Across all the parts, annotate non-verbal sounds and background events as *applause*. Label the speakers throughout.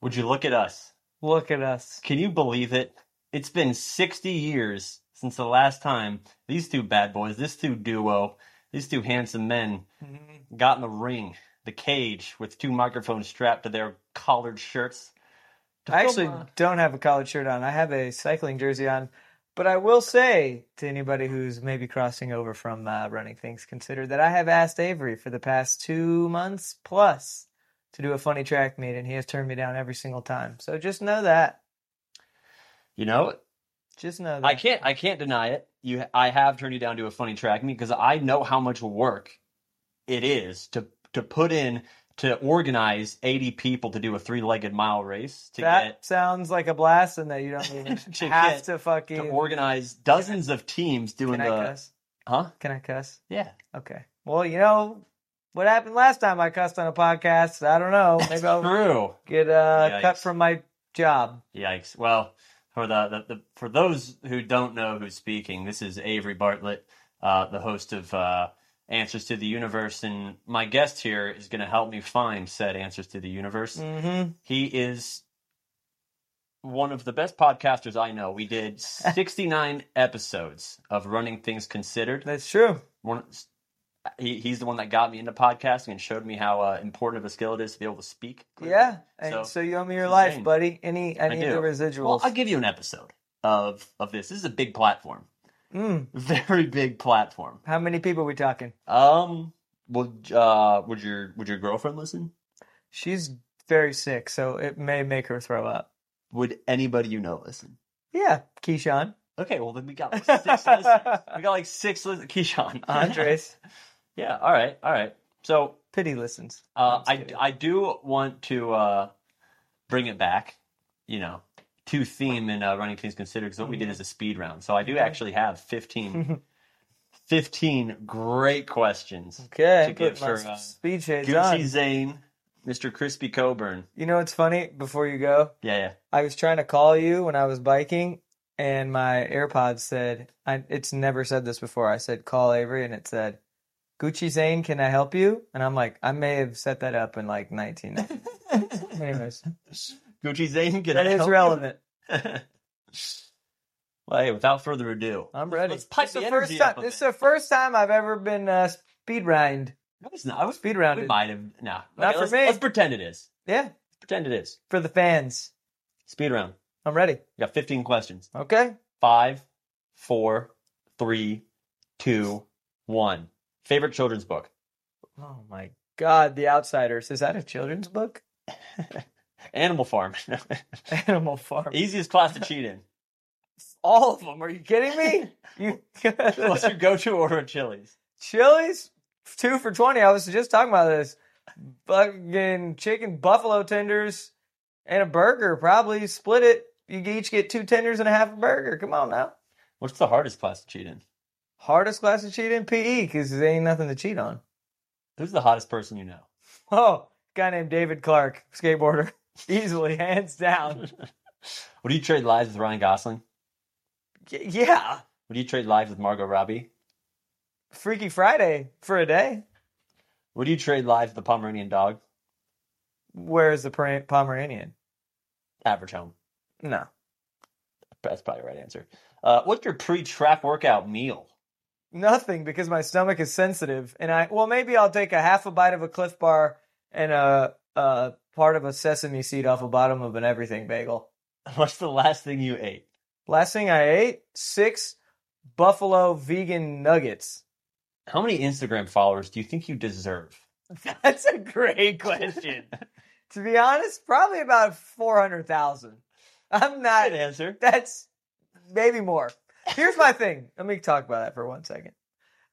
Speaker 1: Would you look at us?
Speaker 2: Look at us.
Speaker 1: Can you believe it? It's been 60 years since the last time these two bad boys, this two duo, these two handsome men
Speaker 2: Mhm.
Speaker 1: got in the ring, the cage, with two microphones strapped to their collared shirts. To
Speaker 2: I
Speaker 1: film
Speaker 2: actually
Speaker 1: a-
Speaker 2: don't have a college shirt on. I have a cycling jersey on. But I will say to anybody who's maybe crossing over from uh, running things, consider that I have asked Avery for the past two months plus to do a funny track meet, and he has turned me down every single time. So just know that.
Speaker 1: you know,
Speaker 2: Just know that.
Speaker 1: I can't, I can't deny it. You, I have turned you down to a funny track meet because I know how much work it is to to put in to organize 80 people to do a three-legged mile race to
Speaker 2: that
Speaker 1: get
Speaker 2: sounds like a blast, and that
Speaker 1: *laughs*
Speaker 2: you don't even
Speaker 1: To
Speaker 2: have
Speaker 1: get-
Speaker 2: to fucking.
Speaker 1: to organize dozens of teams doing
Speaker 2: Can I
Speaker 1: the
Speaker 2: cuss?
Speaker 1: huh?
Speaker 2: Can I cuss?
Speaker 1: Yeah,
Speaker 2: Okay. Well, you know what happened last time I cussed on a podcast. I don't know.
Speaker 1: *laughs*
Speaker 2: Maybe I'll
Speaker 1: true.
Speaker 2: get uh, cut
Speaker 1: Yikes.
Speaker 2: from my job.
Speaker 1: Yikes. Well, for the, the, the for those who don't know who's speaking, this is Avery Bartlett, uh, the host of uh, Answers to the Universe, and my guest here is going to help me find said Answers to the Universe.
Speaker 2: Mm-hmm.
Speaker 1: He is one of the best podcasters I know. We
Speaker 2: *laughs*
Speaker 1: did 69 episodes of Running Things Considered.
Speaker 2: That's true.
Speaker 1: one he, he's the one that got me into podcasting and showed me how uh, important of a skill it is to be able to speak. clearly.
Speaker 2: Yeah. And
Speaker 1: So-
Speaker 2: so, you owe me your
Speaker 1: it's
Speaker 2: life,
Speaker 1: insane.
Speaker 2: buddy. Any I
Speaker 1: I
Speaker 2: need the
Speaker 1: do.
Speaker 2: residuals.
Speaker 1: Well, I'll give you an episode of of this. This is a big platform, *laughs*
Speaker 2: mm.
Speaker 1: very big platform.
Speaker 2: How many people we talking?
Speaker 1: Um, would uh would your would your girlfriend listen?
Speaker 2: She's very sick, so it may make her throw up.
Speaker 1: Would anybody you know listen?
Speaker 2: Yeah.
Speaker 1: *laughs*
Speaker 2: Keyshawn.
Speaker 1: Okay, well then we got like six listeners. We got like six listeners. Keyshawn,
Speaker 2: Andres.
Speaker 1: yeah, all right, all right. So
Speaker 2: Pity listens.
Speaker 1: Uh,
Speaker 2: I'm just
Speaker 1: I
Speaker 2: kidding.
Speaker 1: I do want to uh, bring it back, you know, to theme in uh, running things considered because what we did
Speaker 2: Mhm.
Speaker 1: is a speed round. So I do
Speaker 2: Okay.
Speaker 1: actually have
Speaker 2: *laughs*
Speaker 1: 15, 15 great questions.
Speaker 2: Okay,
Speaker 1: to
Speaker 2: I'm putting
Speaker 1: give
Speaker 2: my
Speaker 1: her, uh,
Speaker 2: speed shades
Speaker 1: Gucci
Speaker 2: on.
Speaker 1: Zane, Mr. Crispy Coburn.
Speaker 2: You know what's funny? Before you go,
Speaker 1: Yeah, yeah.
Speaker 2: I was trying to call you when I was biking, and my AirPods said, I, "It's never said this before." I said, "Call Avery," and it said, "Gucci Zane, can I help you?" And I'm like, I may have set that up in like 19. *laughs*
Speaker 1: *laughs*
Speaker 2: Anyways,
Speaker 1: Gucci Zane, can
Speaker 2: that
Speaker 1: I
Speaker 2: is
Speaker 1: help you?
Speaker 2: relevant.
Speaker 1: *laughs* well, hey, without further ado,
Speaker 2: I'm ready.
Speaker 1: Let's pipe
Speaker 2: This
Speaker 1: the
Speaker 2: the first
Speaker 1: energy
Speaker 2: time.
Speaker 1: up a
Speaker 2: This is
Speaker 1: bit.
Speaker 2: the first time I've ever been uh, speed rhymed.
Speaker 1: No, it's not. I was.
Speaker 2: Speed
Speaker 1: We
Speaker 2: rounded.
Speaker 1: might have. No,
Speaker 2: Not for
Speaker 1: let's,
Speaker 2: me.
Speaker 1: Let's pretend it is.
Speaker 2: Yeah,
Speaker 1: Pretend it is.
Speaker 2: for the fans.
Speaker 1: Speed round.
Speaker 2: I'm ready.
Speaker 1: You got 15 questions.
Speaker 2: Okay.
Speaker 1: Five, four, three, two, one. Favorite children's book?
Speaker 2: Oh my God, The Outsiders. Is that a children's book? *laughs*
Speaker 1: Animal Farm. *laughs*
Speaker 2: Animal Farm.
Speaker 1: Easiest class to cheat in.
Speaker 2: All of them. Are you kidding
Speaker 1: *laughs*
Speaker 2: me? You *laughs*
Speaker 1: What's your go-to order at Chili's?
Speaker 2: Chili's two for twenty. I was just talking about this. Fucking chicken buffalo tenders and a burger. Probably split it. You each get two tenders and a half a burger. Come on now.
Speaker 1: What's the hardest class to cheat in?
Speaker 2: Hardest class to cheat in PE because there ain't nothing to cheat on.
Speaker 1: Who's the hottest person you know?
Speaker 2: Oh, guy named David Clark, skateboarder, *laughs* easily hands down.
Speaker 1: Would you trade lives with Ryan Gosling?
Speaker 2: Y- yeah,
Speaker 1: Would you trade lives with Margot Robbie?
Speaker 2: Freaky Friday for a day.
Speaker 1: Would you trade lives with the Pomeranian dog?
Speaker 2: Where's the Pera- Pomeranian?
Speaker 1: Average home.
Speaker 2: No.
Speaker 1: That's probably the right answer. Uh, what's your pre-track workout meal? *laughs*
Speaker 2: Nothing because my stomach is sensitive, and I well maybe I'll take a half a bite of a Cliff Bar and a, a part of a sesame seed off the bottom of an everything bagel.
Speaker 1: What's the last thing you ate?
Speaker 2: Last thing I ate six buffalo vegan nuggets.
Speaker 1: How many Instagram followers do you think you deserve?
Speaker 2: *laughs* That's a
Speaker 1: *laughs*
Speaker 2: great question. *laughs* to be honest, probably about four hundred thousand. I'm not.
Speaker 1: Good answer.
Speaker 2: That's maybe more. Here's my thing. Let me talk about that for one second.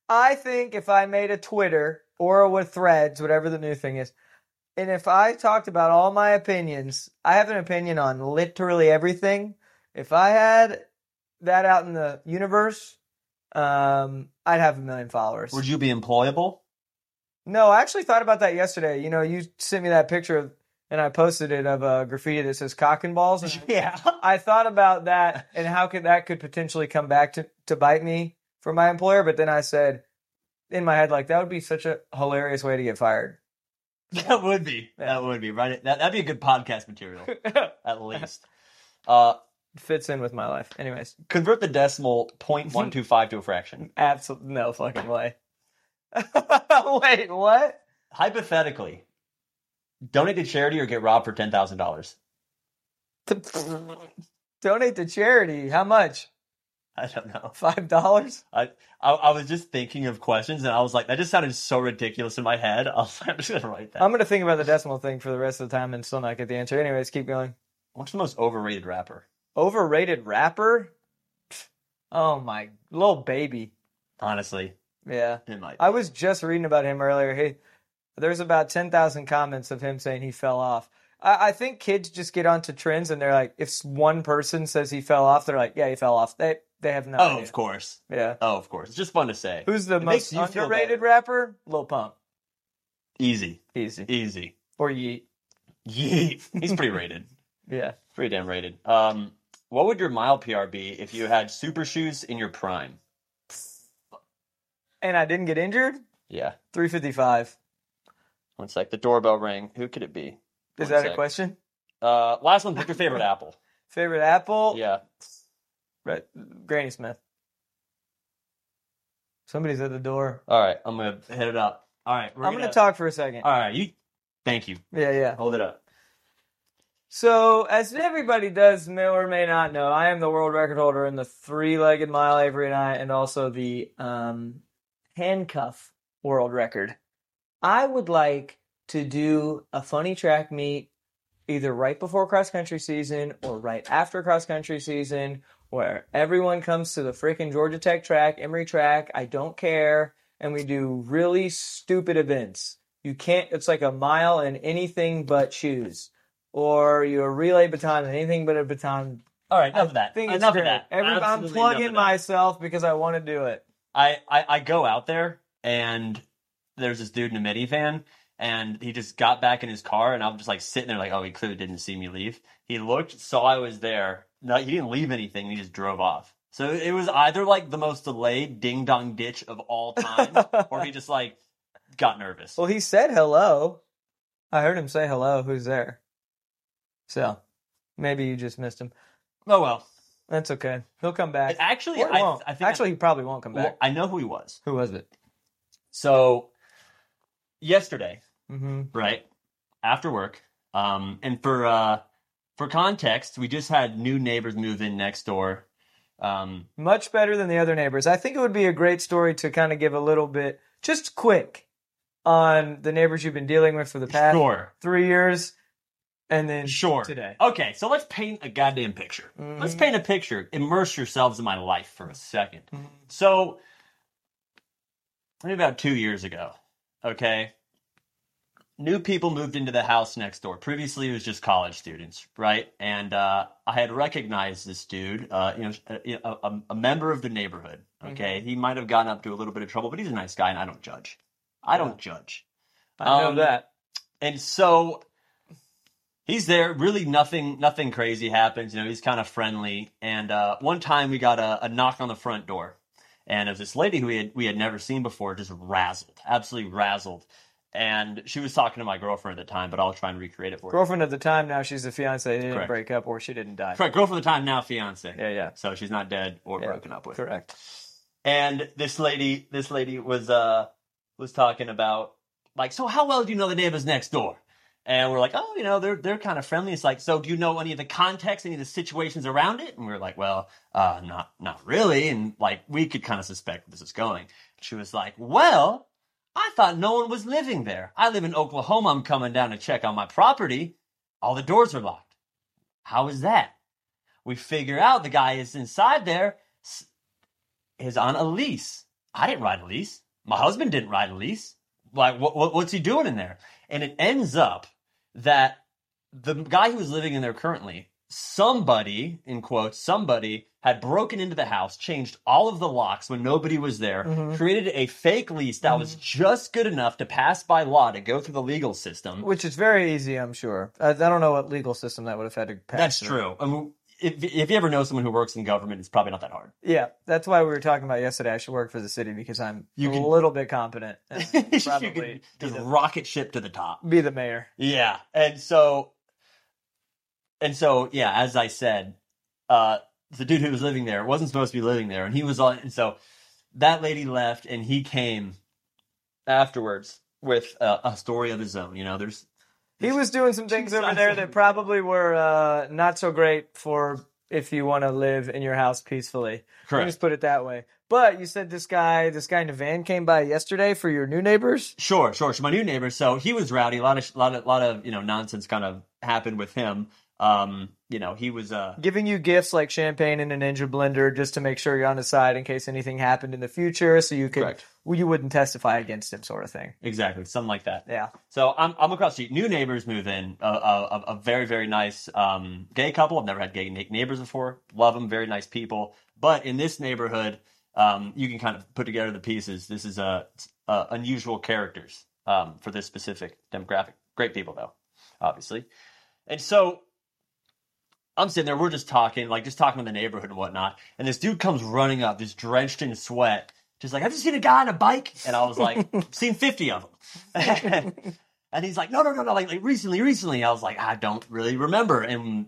Speaker 2: I think if I made a Twitter or with threads, whatever the new thing is, and if I talked about all my opinions, I have an opinion on literally everything. If I had that out in the universe, um, I'd have a million followers.
Speaker 1: Would you be
Speaker 2: *laughs*
Speaker 1: employable?
Speaker 2: No, I actually thought about that yesterday. You know, you sent me that picture of, and I posted it of a graffiti that says cock and balls. And
Speaker 1: Yeah.
Speaker 2: I thought about that and how could that could potentially come back to, to bite me for my employer, but then I said in my head, like, that would be such a hilarious way to get fired.
Speaker 1: That would be.
Speaker 2: Yeah.
Speaker 1: That would be right. That that'd be a good podcast material,
Speaker 2: *laughs*
Speaker 1: at least. Uh,
Speaker 2: Fits in with my life. Anyways,
Speaker 1: convert the decimal 0.125 to a fraction.
Speaker 2: absolutely no fucking way. *laughs* Wait, what?
Speaker 1: Hypothetically, donate to charity or get robbed for ten thousand dollars.
Speaker 2: Donate to charity. How much?
Speaker 1: I don't know.
Speaker 2: Five dollars?
Speaker 1: I, I was just thinking of questions, and I was like, that just sounded so ridiculous in my head. *laughs* I was like, I'm just gonna write that.
Speaker 2: I'm gonna think about the decimal thing for the rest of the time and still not get the answer. Anyways, keep going.
Speaker 1: What's the most overrated rapper?
Speaker 2: Overrated rapper? Pfft. Oh my little baby.
Speaker 1: Honestly,
Speaker 2: Yeah.
Speaker 1: it might.
Speaker 2: I was just reading about him earlier. He, there's about ten thousand comments of him saying he fell off. I, I think kids just get onto trends and they're like, if s- one person says he fell off, they're like, yeah, he fell off. They they have no.
Speaker 1: oh,
Speaker 2: idea.
Speaker 1: of course.
Speaker 2: Yeah.
Speaker 1: Oh, of course. It's just fun to say.
Speaker 2: Who's the
Speaker 1: It
Speaker 2: most
Speaker 1: makes you feel
Speaker 2: underrated
Speaker 1: better.
Speaker 2: rapper? Lil Pump.
Speaker 1: Easy,
Speaker 2: Easy. *laughs*
Speaker 1: easy.
Speaker 2: Or Yeet.
Speaker 1: Yeet. He's pretty rated.
Speaker 2: Yeah.
Speaker 1: Pretty damn rated. Um, what would your mile PR be if you had super shoes in your prime?
Speaker 2: And I didn't get injured.
Speaker 1: Yeah.
Speaker 2: Three fifty five.
Speaker 1: One sec. The doorbell rang. Who could it be? One
Speaker 2: Is that a
Speaker 1: sec.
Speaker 2: question?
Speaker 1: Uh, last one. Pick your favorite
Speaker 2: *laughs*
Speaker 1: apple.
Speaker 2: Favorite apple?
Speaker 1: Yeah.
Speaker 2: Right. Granny Smith. Somebody's at the door.
Speaker 1: All right. I'm gonna hit it up. All right. We're
Speaker 2: I'm gonna talk for a second.
Speaker 1: All right. You. Thank you.
Speaker 2: Yeah, yeah.
Speaker 1: Hold it up.
Speaker 2: So, as everybody does may or may not know, I am the world record holder in the three-legged mile every night, and also the um, handcuff world record. I would like to do a funny track meet either right before cross country season or right after cross country season, where everyone comes to the freaking Georgia Tech track, Emory track. I don't care, and we do really stupid events. You can't. It's like a mile in anything but shoes or your relay baton, anything but a baton.
Speaker 1: All right. Enough of that.
Speaker 2: I think it's
Speaker 1: enough
Speaker 2: great.
Speaker 1: of that.
Speaker 2: Every- I'm
Speaker 1: Absolutely enough
Speaker 2: plugging
Speaker 1: of that.
Speaker 2: myself because I want to do it.
Speaker 1: I, I I go out there and there's this dude in a minivan and he just got back in his car and I'm just like sitting there like oh he clearly didn't see me leave. He looked, saw I was there. No, he didn't leave anything. He just drove off. So it was either like the most delayed ding dong ditch of
Speaker 2: *laughs*
Speaker 1: all time, or he just like got nervous.
Speaker 2: Well, he said hello. I heard him say hello. Who's there? So maybe you just missed him.
Speaker 1: Oh well.
Speaker 2: That's okay. He'll come back.
Speaker 1: And actually,
Speaker 2: Or
Speaker 1: I,
Speaker 2: won't.
Speaker 1: I think
Speaker 2: actually he probably won't come
Speaker 1: well,
Speaker 2: back.
Speaker 1: I know who he was.
Speaker 2: Who was it?
Speaker 1: So yesterday,
Speaker 2: hmm
Speaker 1: right after work um and for uh for context we just had new neighbors move in next door um
Speaker 2: Much better than the other neighbors. I think it would be a great story to kind of give a little bit, just quick, on the neighbors you've been dealing with for the past
Speaker 1: sure
Speaker 2: three years, and then
Speaker 1: sure
Speaker 2: today.
Speaker 1: okay so let's paint a goddamn picture let's
Speaker 2: Mhm.
Speaker 1: paint a picture immerse yourselves in my life for a second so maybe about two years ago okay new people moved into the house next door previously it was just college students right and uh, i had recognized this dude uh, you know a, a, a member of the neighborhood okay he might have gotten up to a little bit of trouble but he's a nice guy and i don't judge i
Speaker 2: Yeah.
Speaker 1: don't judge
Speaker 2: I know
Speaker 1: Um,
Speaker 2: that.
Speaker 1: and so he's there really nothing nothing crazy happens you know he's kind of friendly and uh, one time we got a, a knock on the front door and it was this lady who we had, we had never seen before just razzled absolutely razzled and she was talking to my girlfriend at the time but i'll try and recreate it for you
Speaker 2: Girlfriend at the time, now she's a fiance. They didn't
Speaker 1: Correct.
Speaker 2: break up, or she didn't die.
Speaker 1: correct girlfriend at the time now fiance
Speaker 2: Yeah, yeah,
Speaker 1: so she's not dead or
Speaker 2: Yeah,
Speaker 1: broken up with
Speaker 2: correct.
Speaker 1: and this lady this lady was uh was talking about like so how well do you know the neighbors next door and we're like oh you know they're they're kind of friendly it's like so do you know any of the context any of the situations around it and we were like well uh not not really and like we could kind of suspect where this is going she was like well i thought no one was living there i live in oklahoma i'm coming down to check on my property all the doors are locked how is that we figure out the guy is inside there s- is on a lease. I didn't ride a lease. My husband didn't ride a lease. Like, what, what, what's he doing in there? And it ends up that the guy who was living in there currently, somebody, in quotes, somebody had broken into the house, changed all of the locks when nobody was there,
Speaker 2: Mhm.
Speaker 1: created a fake lease that was just good enough to pass by law to go through the legal system.
Speaker 2: Which is very easy, I'm sure. I, I don't know what legal system that would have had to pass.
Speaker 1: That's
Speaker 2: through.
Speaker 1: true. I mean, if if you ever know someone who works in government, it's probably not that hard.
Speaker 2: Yeah, that's why we were talking about yesterday. I should work for the city because I'm
Speaker 1: You
Speaker 2: a
Speaker 1: can-
Speaker 2: little
Speaker 1: *laughs*
Speaker 2: bit competent. And I
Speaker 1: you
Speaker 2: could
Speaker 1: can
Speaker 2: probably be
Speaker 1: just
Speaker 2: the,
Speaker 1: rocket ship to the top.
Speaker 2: be the mayor.
Speaker 1: Yeah. And so and so yeah, as I said, uh the dude who was living there wasn't supposed to be living there and he was on and so that lady left and he came afterwards with a, a story of his own, you know. There's
Speaker 2: He was doing some things over there that probably were uh, not so great for if you want to live in your house peacefully. Let me just put it that way. But you said this guy, this guy in a van came by yesterday for your new neighbors.
Speaker 1: Sure, sure. So my new neighbor, so he was rowdy. A lot of, lot of, lot of, you know, nonsense kind of happened with him. Um, you know, he was, uh,
Speaker 2: giving you gifts like champagne and a ninja blender just to make sure you're on his side in case anything happened in the future so you could
Speaker 1: Correct.
Speaker 2: well, you wouldn't testify against him sort of thing
Speaker 1: exactly something like that.
Speaker 2: yeah
Speaker 1: So I'm, I'm across the street. New neighbors move in. A, a, a- a very, very nice um, gay couple. I've never had gay na- neighbors before. Love them. Very nice people. But in this neighborhood, um, you can kind of put together the pieces. This is uh, uh, unusual characters um, for this specific demographic. Great people though, obviously. And so I'm sitting there. We're just talking, like just talking in the neighborhood and whatnot. And this dude comes running up, just drenched in sweat. Just like, have you seen a guy on a bike? And I was like, seen 50 of them. *laughs* And he's like, no, no, no, no, like, like recently, recently. I was like, I don't really remember. And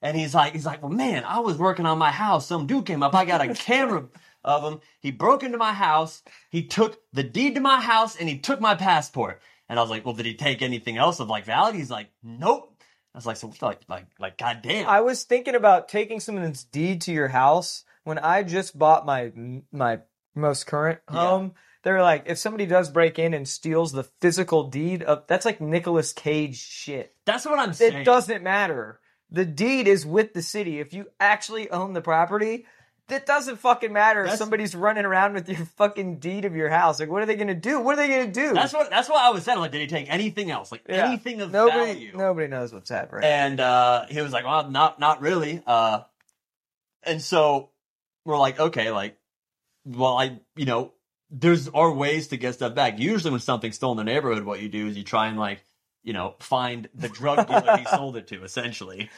Speaker 1: and he's like, he's like, well, man, I was working on my house. Some dude came up. I got a camera of him. He broke into my house. He took the deed to my house and he took my passport. And I was like, well, did he take anything else of like value? He's like, nope. I was like, so like, like, like, goddamn.
Speaker 2: i was thinking about taking someone's deed to your house when i just bought my my most current
Speaker 1: Yeah.
Speaker 2: home they were like if somebody does break in and steals the physical deed of that's like Nicolas cage shit
Speaker 1: That's what I'm saying.
Speaker 2: it doesn't matter the deed is with the city if you actually own the property it doesn't fucking matter if
Speaker 1: That's-
Speaker 2: somebody's running around with your fucking deed of your house like what are they gonna do what are they gonna do
Speaker 1: That's what, that's what I was saying. Like, did he take anything else? Like
Speaker 2: Yeah.
Speaker 1: anything of
Speaker 2: nobody
Speaker 1: value?
Speaker 2: nobody knows what's happening
Speaker 1: And uh, he was like, "Well, not not really." Uh, and so we're like, "Okay, like, well, I, you know, there's are ways to get stuff back. Usually, when something's still in the neighborhood, what you do is you try and like, you know, find the drug dealer he sold it to, essentially,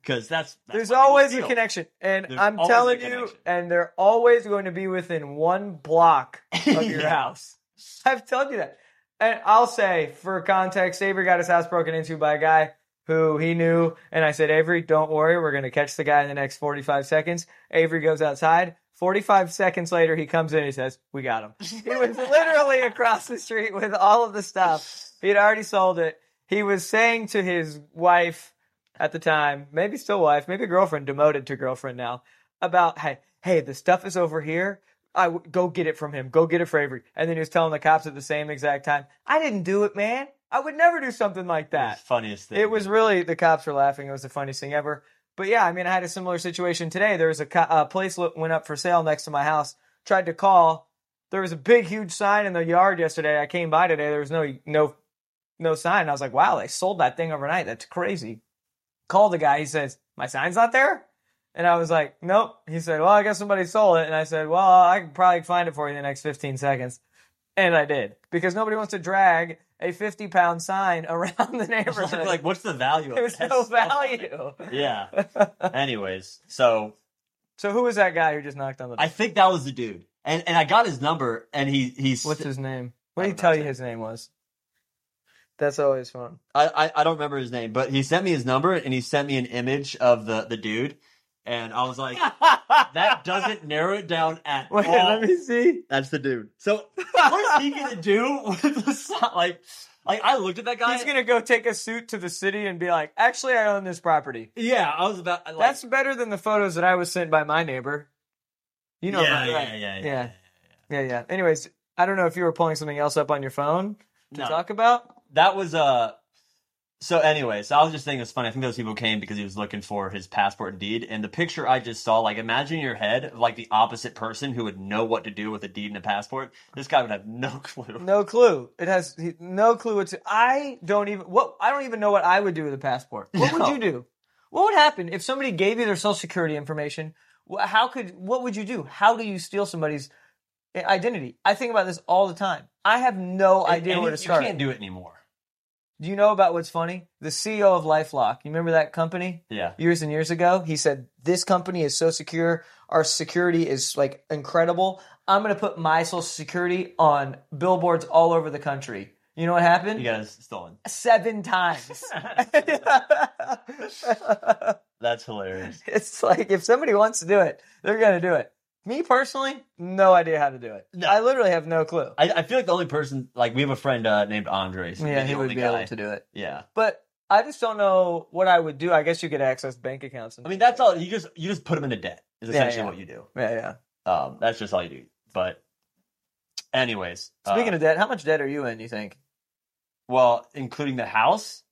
Speaker 1: because that's, that's
Speaker 2: there's
Speaker 1: what people
Speaker 2: always a
Speaker 1: steal.
Speaker 2: connection and
Speaker 1: There's
Speaker 2: i'm
Speaker 1: always a
Speaker 2: telling you
Speaker 1: connection.
Speaker 2: and they're always going to be within one
Speaker 1: *laughs*
Speaker 2: block of your
Speaker 1: Yeah.
Speaker 2: house i've told you that and i'll say for context avery got his house broken into by a guy who he knew and i said avery don't worry we're going to catch the guy in the next 45 seconds avery goes outside 45 seconds later he comes in and he says we got him he was literally across the street with all of the stuff he had already sold it he was saying to his wife at the time, maybe still wife, maybe girlfriend, demoted to girlfriend now, about hey, hey, the stuff is over here. I w- go get it from him. Go get it for Avery. And then he was telling the cops at the same exact time, I didn't do it, man. I would never do something like that.
Speaker 1: It's the funniest thing.
Speaker 2: It
Speaker 1: *laughs*
Speaker 2: was really the cops were laughing. It was the funniest thing ever. But yeah, I mean, I had a similar situation today. There was a co- uh, place lo- went up for sale next to my house. Tried to call. There was a big, huge sign in the yard yesterday. I came by today. There was no no no sign. I was like, wow, they sold that thing overnight. That's crazy. Called the guy. He says, my sign's not there. And I was like, nope. He said, well, I guess somebody sold it. And I said, well, I can probably find it for you in the next 15 seconds. And I did because nobody wants to drag a 50 pound sign *laughs* around the neighborhood.
Speaker 1: It's like, like, what's the value? of
Speaker 2: *laughs* There's
Speaker 1: that
Speaker 2: no
Speaker 1: stuff?
Speaker 2: value.
Speaker 1: *laughs* Yeah.
Speaker 2: *laughs*
Speaker 1: Anyways, so
Speaker 2: so who was that guy who just knocked on the door?
Speaker 1: I think that was the dude, and and I got his number, and he he's
Speaker 2: What's his name?
Speaker 1: I
Speaker 2: What did he
Speaker 1: don't know
Speaker 2: tell
Speaker 1: his
Speaker 2: you
Speaker 1: name.
Speaker 2: his name was? That's always fun. *laughs*
Speaker 1: I, I, I don't remember his name, but he sent me his number and he sent me an image of the, the dude. And I was like,
Speaker 2: *laughs*
Speaker 1: that doesn't narrow it down at
Speaker 2: Wait,
Speaker 1: all.
Speaker 2: let me *laughs* see.
Speaker 1: That's the dude. So what is he gonna do with the sign? Like, like I looked at that guy.
Speaker 2: *laughs* He's gonna go take a suit to the city and be like, "Actually, I own this property."
Speaker 1: yeah, I was about. Like,
Speaker 2: That's better than the photos that I was sent by my neighbor. You know,
Speaker 1: yeah,
Speaker 2: about
Speaker 1: yeah,
Speaker 2: that.
Speaker 1: yeah, yeah,
Speaker 2: yeah, yeah, yeah. Anyways, I don't know if you were pulling something else up on your phone to
Speaker 1: No.
Speaker 2: talk about.
Speaker 1: that was uh so anyway so i was just thinking it's funny i think those people came because he was looking for his passport and deed and the picture i just saw like imagine in your head of, like the opposite person who would know what to do with a deed and a passport this guy would have no *laughs* clue
Speaker 2: No clue. It has he- no clue what to. I don't even what I don't even know what I would do with a passport. What
Speaker 1: No.
Speaker 2: would you do? What would happen if somebody gave you their social security information? Wh- How could what would you do? How do you steal somebody's i- identity? I think about this all the time. I have no
Speaker 1: And-
Speaker 2: idea
Speaker 1: and
Speaker 2: where
Speaker 1: you-
Speaker 2: to start.
Speaker 1: you can't do it anymore
Speaker 2: Do you know about what's funny? The CEO of LifeLock. You remember that company?
Speaker 1: Yeah.
Speaker 2: years and years ago. He said, This company is so secure. Our security is like incredible. I'm going to put my social security on billboards all over the country. You know what happened?
Speaker 1: You got us stolen.
Speaker 2: Seven
Speaker 1: *laughs*
Speaker 2: times. *laughs*
Speaker 1: That's
Speaker 2: *laughs*
Speaker 1: hilarious.
Speaker 2: it's like if somebody wants to do it, they're going to do it. Me personally, no idea how to do it.
Speaker 1: No.
Speaker 2: I literally have no clue.
Speaker 1: I, I feel like the only person, like, we have a friend uh, named Andres.
Speaker 2: Yeah,
Speaker 1: the
Speaker 2: he would
Speaker 1: only
Speaker 2: be
Speaker 1: guy.
Speaker 2: able to do it.
Speaker 1: Yeah.
Speaker 2: But I just don't know what I would do. I guess you could access bank accounts. And-
Speaker 1: I mean, that's all. You just you just put them into debt is
Speaker 2: Yeah,
Speaker 1: essentially
Speaker 2: yeah.
Speaker 1: what you do.
Speaker 2: yeah, yeah.
Speaker 1: Um, that's just all you do. But, anyways,
Speaker 2: Speaking
Speaker 1: uh,
Speaker 2: of debt, how much debt are you in, you think?
Speaker 1: well, including the house,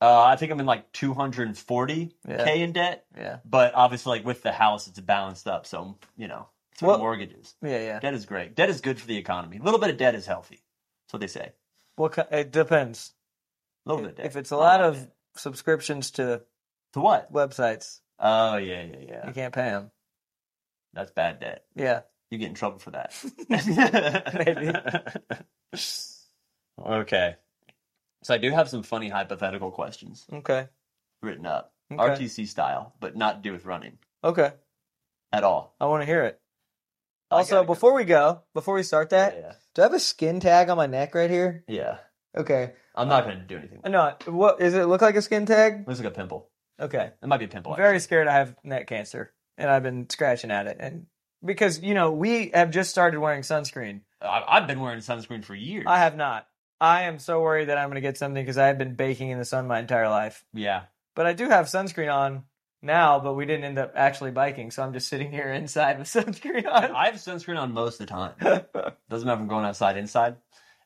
Speaker 1: uh, I think I'm in like 240
Speaker 2: Yeah.
Speaker 1: k in debt.
Speaker 2: Yeah.
Speaker 1: But obviously, like with the house, it's balanced up. So you know, it's what
Speaker 2: Well-
Speaker 1: mortgages.
Speaker 2: Yeah, yeah.
Speaker 1: Debt is great. Debt is good for the economy. A little bit of debt is healthy. That's what they say.
Speaker 2: Well, ki- it depends.
Speaker 1: A little bit of debt.
Speaker 2: If it's a
Speaker 1: Not
Speaker 2: lot
Speaker 1: lot
Speaker 2: of subscriptions to
Speaker 1: to what?
Speaker 2: websites,
Speaker 1: Oh yeah, yeah, yeah.
Speaker 2: you can't pay them.
Speaker 1: That's bad debt.
Speaker 2: Yeah.
Speaker 1: You get in trouble for *laughs* that.
Speaker 2: Maybe.
Speaker 1: okay. So I do have some funny hypothetical questions
Speaker 2: Okay.
Speaker 1: written up,
Speaker 2: Okay.
Speaker 1: RTC style, but not to do with running
Speaker 2: Okay.
Speaker 1: at all.
Speaker 2: I want to hear it.
Speaker 1: I
Speaker 2: Also,
Speaker 1: gotta go.
Speaker 2: before we go, before we start that,
Speaker 1: yeah,
Speaker 2: do I have a skin tag on my neck right here?
Speaker 1: yeah.
Speaker 2: Okay. Uh,
Speaker 1: I'm not going to do anything.
Speaker 2: No. What is it? Look like a skin tag?
Speaker 1: Looks like a pimple.
Speaker 2: Okay.
Speaker 1: It might be a pimple.
Speaker 2: I'm very scared I have neck cancer, and I've been scratching at it, and because you know we have just started wearing sunscreen.
Speaker 1: actually. I, I've been wearing sunscreen for years.
Speaker 2: I have not. I am so worried that I'm going to get something because I have been baking in the sun my entire life.
Speaker 1: Yeah.
Speaker 2: But I do have sunscreen on now, but we didn't end up actually biking, so I'm just sitting here *laughs* inside with sunscreen on.
Speaker 1: *laughs* I have sunscreen on most of the
Speaker 2: *laughs*
Speaker 1: time. Doesn't matter if I'm going outside, inside.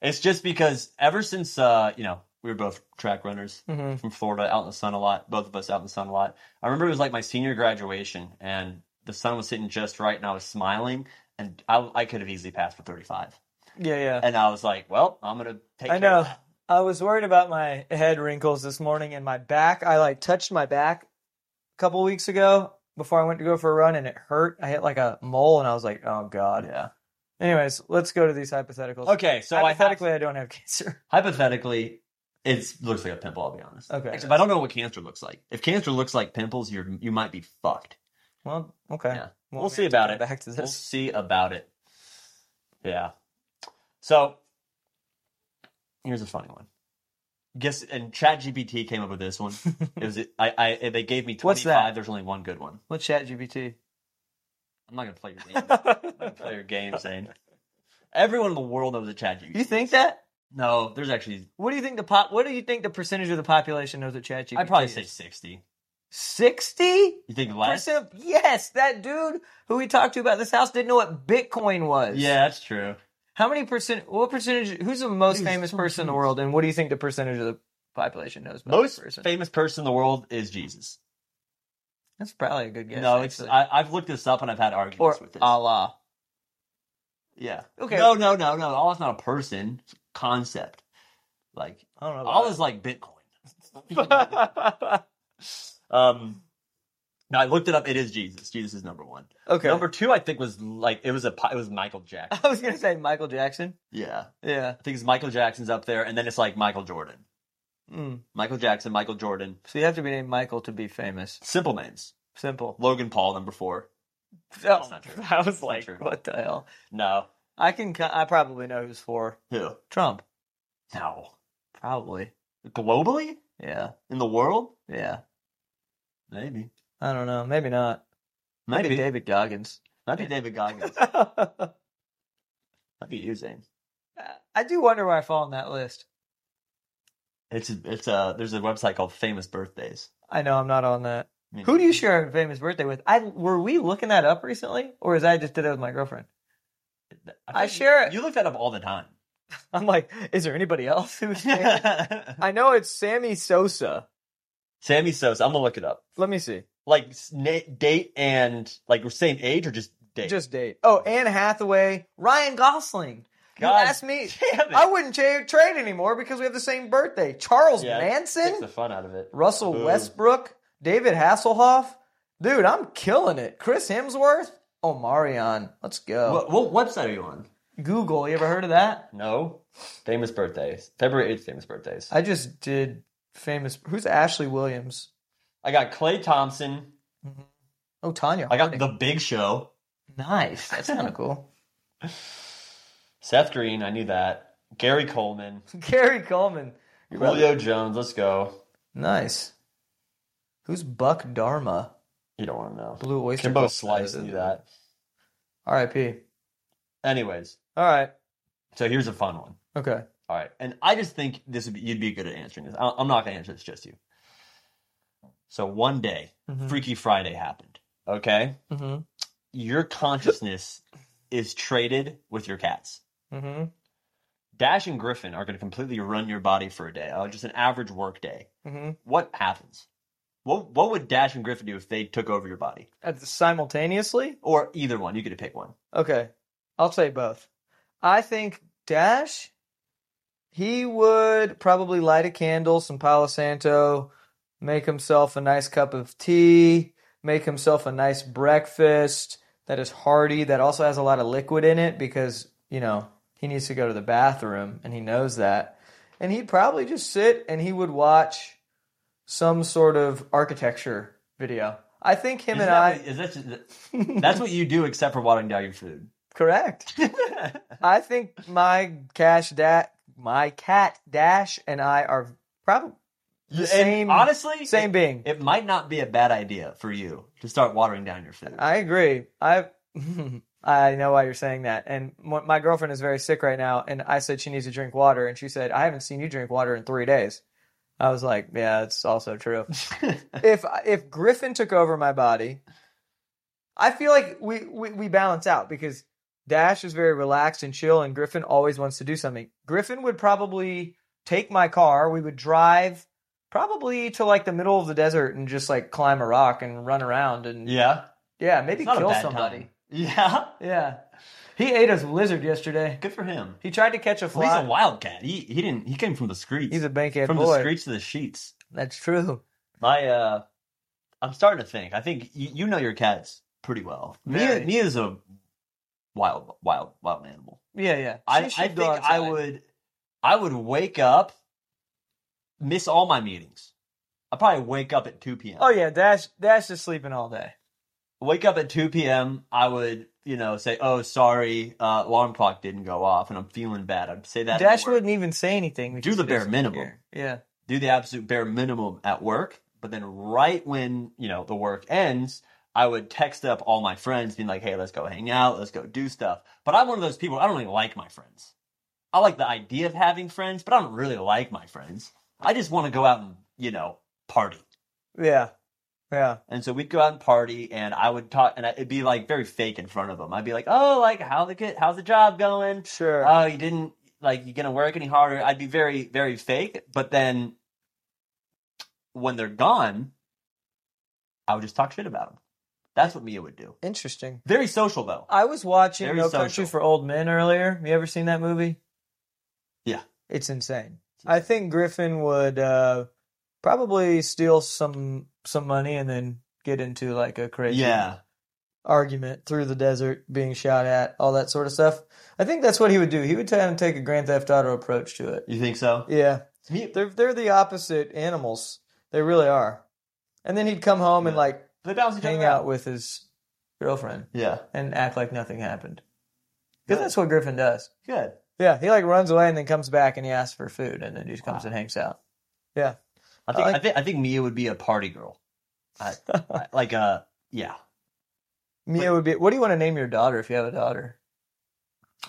Speaker 1: It's just because ever since uh, you know we were both track runners
Speaker 2: Mhm.
Speaker 1: from Florida, out in the sun a lot. Both of us out in the sun a lot. I remember it was like my senior graduation, and the sun was sitting just right, and I was smiling, and I, I could have easily passed for 35.
Speaker 2: Yeah, yeah.
Speaker 1: And I was like, well, I'm gonna take.
Speaker 2: I
Speaker 1: care
Speaker 2: know.
Speaker 1: of that.
Speaker 2: I was worried about my head wrinkles this morning and my back. I like touched my back a couple weeks ago before I went to go for a run and it hurt. I hit like a mole and I was like, oh God.
Speaker 1: Yeah.
Speaker 2: Anyways, let's go to these hypotheticals.
Speaker 1: Okay, so I have,
Speaker 2: Hypothetically, I, don't have *laughs* cancer.
Speaker 1: hypothetically, it looks like a pimple. I'll be honest.
Speaker 2: Okay.
Speaker 1: Except I don't know what cancer looks like. If cancer looks like pimples, you're you might be fucked.
Speaker 2: Well, okay.
Speaker 1: Yeah.
Speaker 2: Well,
Speaker 1: We'll
Speaker 2: we
Speaker 1: see
Speaker 2: have to
Speaker 1: about
Speaker 2: come
Speaker 1: it.
Speaker 2: Back to
Speaker 1: We'll
Speaker 2: this.
Speaker 1: see about it. Yeah. So here's a funny one. Guess and ChatGPT came up with this one.
Speaker 2: *laughs*
Speaker 1: it was I, I they gave me
Speaker 2: What's
Speaker 1: twenty
Speaker 2: that?
Speaker 1: five. There's only one good one.
Speaker 2: What's Chat GPT?
Speaker 1: I'm not gonna play your game.
Speaker 2: *laughs*
Speaker 1: I'm not gonna play your game, Zane. Everyone in the world knows a ChatGPT.
Speaker 2: you think that?
Speaker 1: No, there's actually
Speaker 2: What do you think the pop? What do you think the percentage of the population knows what ChatGPT?
Speaker 1: I'd probably say sixty.
Speaker 2: sixty
Speaker 1: You think less?
Speaker 2: percent. Yes, that dude who we talked to about this house didn't know what Bitcoin was.
Speaker 1: Yeah, that's true.
Speaker 2: How many percent? What percentage? Who's the most
Speaker 1: Dude,
Speaker 2: famous
Speaker 1: so
Speaker 2: person in the
Speaker 1: huge.
Speaker 2: world? And what do you think the percentage of the population knows? About
Speaker 1: Most
Speaker 2: that person?
Speaker 1: famous person in the world is Jesus.
Speaker 2: That's probably a good guess.
Speaker 1: no, it's
Speaker 2: actually.
Speaker 1: I, I've looked this up and I've had arguments
Speaker 2: or
Speaker 1: with this.
Speaker 2: Allah.
Speaker 1: Yeah.
Speaker 2: Okay.
Speaker 1: No, no, no, no. Allah's not a person. It's a concept. Like
Speaker 2: I don't know. about
Speaker 1: Allah's like Bitcoin.
Speaker 2: that.
Speaker 1: *laughs* um no, I looked it up. It is Jesus. Jesus is number one.
Speaker 2: okay.
Speaker 1: Number two, I think was like it was a pi- it was Michael Jackson.
Speaker 2: *laughs* I was gonna say Michael Jackson.
Speaker 1: yeah,
Speaker 2: Yeah.
Speaker 1: I think it's Michael Jackson's up there, and then it's like Michael Jordan,
Speaker 2: Mm.
Speaker 1: Michael Jackson, Michael Jordan.
Speaker 2: So you have to be named Michael to be famous.
Speaker 1: Simple names.
Speaker 2: Simple.
Speaker 1: Logan Paul, number four.
Speaker 2: That's
Speaker 1: not
Speaker 2: *laughs*
Speaker 1: true.
Speaker 2: I Oh, was
Speaker 1: not
Speaker 2: like,
Speaker 1: true.
Speaker 2: what the hell?
Speaker 1: No,
Speaker 2: I can. ki- I probably know who's for
Speaker 1: who?
Speaker 2: Trump.
Speaker 1: No.
Speaker 2: Probably.
Speaker 1: Globally
Speaker 2: Yeah.
Speaker 1: in the world,
Speaker 2: Yeah.
Speaker 1: maybe,
Speaker 2: I don't know. Maybe not. Maybe,
Speaker 1: maybe,
Speaker 2: David Goggins. *laughs*
Speaker 1: might be David Goggins,
Speaker 2: I
Speaker 1: might be you, Zane.
Speaker 2: do wonder where I fall on that list.
Speaker 1: It's it's uh there's a website called Famous Birthdays.
Speaker 2: I know I'm not on that.
Speaker 1: I mean,
Speaker 2: Who do you share a famous birthday with? I were we looking that up recently, or is I just did it with my girlfriend? *laughs* I
Speaker 1: think
Speaker 2: share it.
Speaker 1: You look that up all the *laughs* time.
Speaker 2: I'm like, is there anybody else who's? famous?
Speaker 1: *laughs*
Speaker 2: I know it's Sammy Sosa.
Speaker 1: Sammy Sosa. I'm gonna look it up.
Speaker 2: Let me see.
Speaker 1: Like s- na- date and like same age or just date.
Speaker 2: Just date. Oh, Anne Hathaway, Ryan Gosling.
Speaker 1: God
Speaker 2: you asked me.
Speaker 1: *laughs* damn it.
Speaker 2: I wouldn't cha- trade anymore because we have the same birthday. Charles
Speaker 1: Yeah, Takes the
Speaker 2: Manson,
Speaker 1: fun out of it.
Speaker 2: Russell
Speaker 1: Boo.
Speaker 2: Westbrook, David Hasselhoff. Dude, I'm killing it. Chris Hemsworth, Omarion. Let's go.
Speaker 1: What, what website are you on?
Speaker 2: Google. You ever heard of that?
Speaker 1: No. Famous birthdays. February 8th, famous birthdays. I,
Speaker 2: I just did famous. Who's Ashley Williams?
Speaker 1: got Clay Thompson.
Speaker 2: Oh, Tanya.
Speaker 1: I got
Speaker 2: Harding.
Speaker 1: The Big Show.
Speaker 2: nice. That's kind of cool. *laughs*
Speaker 1: Seth Green. I knew that. Gary Coleman.
Speaker 2: Gary Coleman.
Speaker 1: Julio Jones. Let's go.
Speaker 2: Nice. Who's Buck Dharma?
Speaker 1: You don't want to know.
Speaker 2: Blue Oyster.
Speaker 1: Kimbo
Speaker 2: Cult.
Speaker 1: Slice knew that.
Speaker 2: R.I.P.
Speaker 1: Anyways,
Speaker 2: All right.
Speaker 1: so here's a fun one.
Speaker 2: Okay.
Speaker 1: All right, and I just think this would be, you'd be good at answering this. I- I'm not gonna answer this, just you. So one day,
Speaker 2: Mhm.
Speaker 1: Freaky Friday happened. Okay,
Speaker 2: Mm-hmm.
Speaker 1: your consciousness is traded with your cats.
Speaker 2: Mm-hmm.
Speaker 1: Dash and Griffin are gonna completely run your body for a day, uh, just an average work day.
Speaker 2: Mm-hmm.
Speaker 1: What happens? What What would Dash and Griffin do if they took over your body,
Speaker 2: At the, simultaneously?
Speaker 1: or either one? You get to pick one.
Speaker 2: Okay. I'll say both. I think Dash, he would probably light a candle, some Palo Santo, make himself a nice cup of tea, make himself a nice breakfast that is hearty, that also has a lot of liquid in it because, you know, he needs to go to the bathroom and he knows that. And he'd probably just sit and he would watch some sort of architecture video. I think him
Speaker 1: Isn't
Speaker 2: and
Speaker 1: that
Speaker 2: I.
Speaker 1: what- is that just- that's what you do, except for watering down your food.
Speaker 2: *laughs*
Speaker 1: *laughs*
Speaker 2: Correct. I think my cash da- my cat Dash and I are probably
Speaker 1: And
Speaker 2: same-
Speaker 1: honestly,
Speaker 2: same being.
Speaker 1: It might not be a bad idea for you to start watering down your food.
Speaker 2: I agree. I *laughs* I know why you're saying that. And m- my girlfriend is very sick right now, and I said she needs to drink water, and she said I haven't seen you drink water in three days. I was like, yeah, that's also true. if if Griffin took over my body, I feel like we, we we balance out because Dash is very relaxed and chill, and Griffin always wants to do something. Griffin would probably take my car. We would drive probably to like the middle of the desert and just like climb a rock and run around and yeah,
Speaker 1: *laughs* yeah,
Speaker 2: maybe
Speaker 1: It's not a
Speaker 2: kill
Speaker 1: bad
Speaker 2: somebody.
Speaker 1: time. Yeah,
Speaker 2: Yeah, he ate a lizard yesterday.
Speaker 1: good for him.
Speaker 2: He tried to catch a
Speaker 1: Well, he's a
Speaker 2: fly.
Speaker 1: wildcat. He he didn't. He came from the streets.
Speaker 2: He's a bankhead
Speaker 1: from the
Speaker 2: boy.
Speaker 1: streets to the sheets.
Speaker 2: That's true.
Speaker 1: My uh, I'm starting to think. I think you, you know your cats pretty well. Mia
Speaker 2: Very.
Speaker 1: Mia's a wild, wild, wild animal.
Speaker 2: Yeah, yeah.
Speaker 1: I, I
Speaker 2: She
Speaker 1: think
Speaker 2: should go
Speaker 1: I
Speaker 2: outside.
Speaker 1: would I would wake up, miss all my meetings. I probably wake up at two p.m.
Speaker 2: Oh yeah, Dash Dash is sleeping all day.
Speaker 1: wake up at 2 p.m. I would, you know, say, "Oh, sorry, uh, alarm clock didn't go off, and I'm feeling bad." I'd say that. at
Speaker 2: Dash
Speaker 1: work.
Speaker 2: wouldn't even say anything.
Speaker 1: Do the bare minimum.
Speaker 2: Yeah.
Speaker 1: do the absolute bare minimum at work, but then right when you know the work ends, I would text up all my friends, being like, "Hey, let's go hang out, let's go do stuff." But I'm one of those people. I don't really like my friends. I like the idea of having friends, but I don't really like my friends. I just want to go out and you know party.
Speaker 2: Yeah. Yeah.
Speaker 1: And so we'd go out and party, and I would talk, and I- it'd be like very fake in front of them. I'd be like, "Oh, like how the kid, how's the job going?
Speaker 2: Sure.
Speaker 1: Oh, you didn't like you gonna work any harder?" I'd be very, very fake. But then when they're gone, I would just talk shit about them. That's what Mia would do.
Speaker 2: Interesting.
Speaker 1: Very social though.
Speaker 2: I was watching
Speaker 1: Very
Speaker 2: No
Speaker 1: social.
Speaker 2: Country for Old Men earlier. You ever seen that movie?
Speaker 1: Yeah.
Speaker 2: It's insane. I think Griffin would uh, probably steal some some money and then get into like a crazy
Speaker 1: yeah,
Speaker 2: argument through the desert, being shot at, all that sort of stuff. I think that's what he would do. He would try and take a Grand Theft Auto approach to it.
Speaker 1: you think so?
Speaker 2: Yeah.
Speaker 1: Mia-
Speaker 2: They're they're the opposite animals. They really are. And then he'd come home and
Speaker 1: Yeah.
Speaker 2: like
Speaker 1: They balance each
Speaker 2: hang
Speaker 1: other
Speaker 2: out with his girlfriend
Speaker 1: Yeah,
Speaker 2: and act like nothing happened.
Speaker 1: Good.
Speaker 2: Because that's what Griffin does.
Speaker 1: good.
Speaker 2: Yeah, he like runs away and then comes back and he asks for food and then he just comes and hangs out. Yeah.
Speaker 1: I think
Speaker 2: I
Speaker 1: I,
Speaker 2: like-
Speaker 1: think I think Mia would be a party girl. I, I- like uh, yeah.
Speaker 2: Mia would be what do you want to name your daughter if you have a daughter?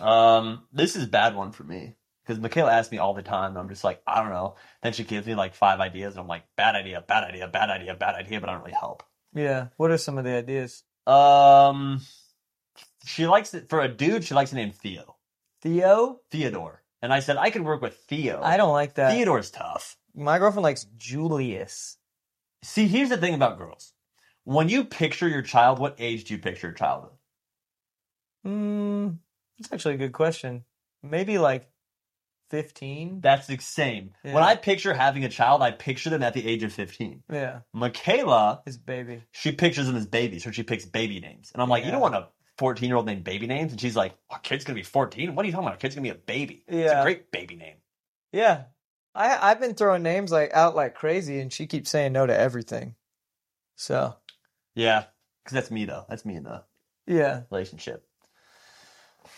Speaker 1: Um, this is a bad one for me because Michaela asks me all the time. And I'm just like, I don't know. Then she gives me like five ideas, and I'm like, bad idea, bad idea, bad idea, bad idea, but I don't really help.
Speaker 2: Yeah. What are some of the ideas?
Speaker 1: Um, she likes it for a dude. She likes the name Theo,
Speaker 2: Theo?
Speaker 1: Theodore, and I said I could work with Theo.
Speaker 2: I don't like that.
Speaker 1: Theodore's tough.
Speaker 2: My girlfriend likes Julius.
Speaker 1: See, here's the thing about girls: when you picture your child, what age do you picture your child? at?
Speaker 2: Hmm. That's actually a good question. Maybe like fifteen.
Speaker 1: That's the same.
Speaker 2: Yeah.
Speaker 1: When I picture having a child, I picture them at the age of 15.
Speaker 2: yeah.
Speaker 1: Michaela
Speaker 2: His baby.
Speaker 1: she pictures them as babies, so she picks baby names. And I'm like, you
Speaker 2: Yeah.
Speaker 1: don't want to 14 year old named baby names, and she's like, "Our kid's gonna be 14. What are you talking about? Our kid's gonna be a baby. It's
Speaker 2: Yeah.
Speaker 1: a great baby name."
Speaker 2: Yeah. I I've been throwing names like out like crazy and she keeps saying no to everything. So
Speaker 1: Yeah, because that's me though. That's me in the
Speaker 2: yeah.
Speaker 1: relationship.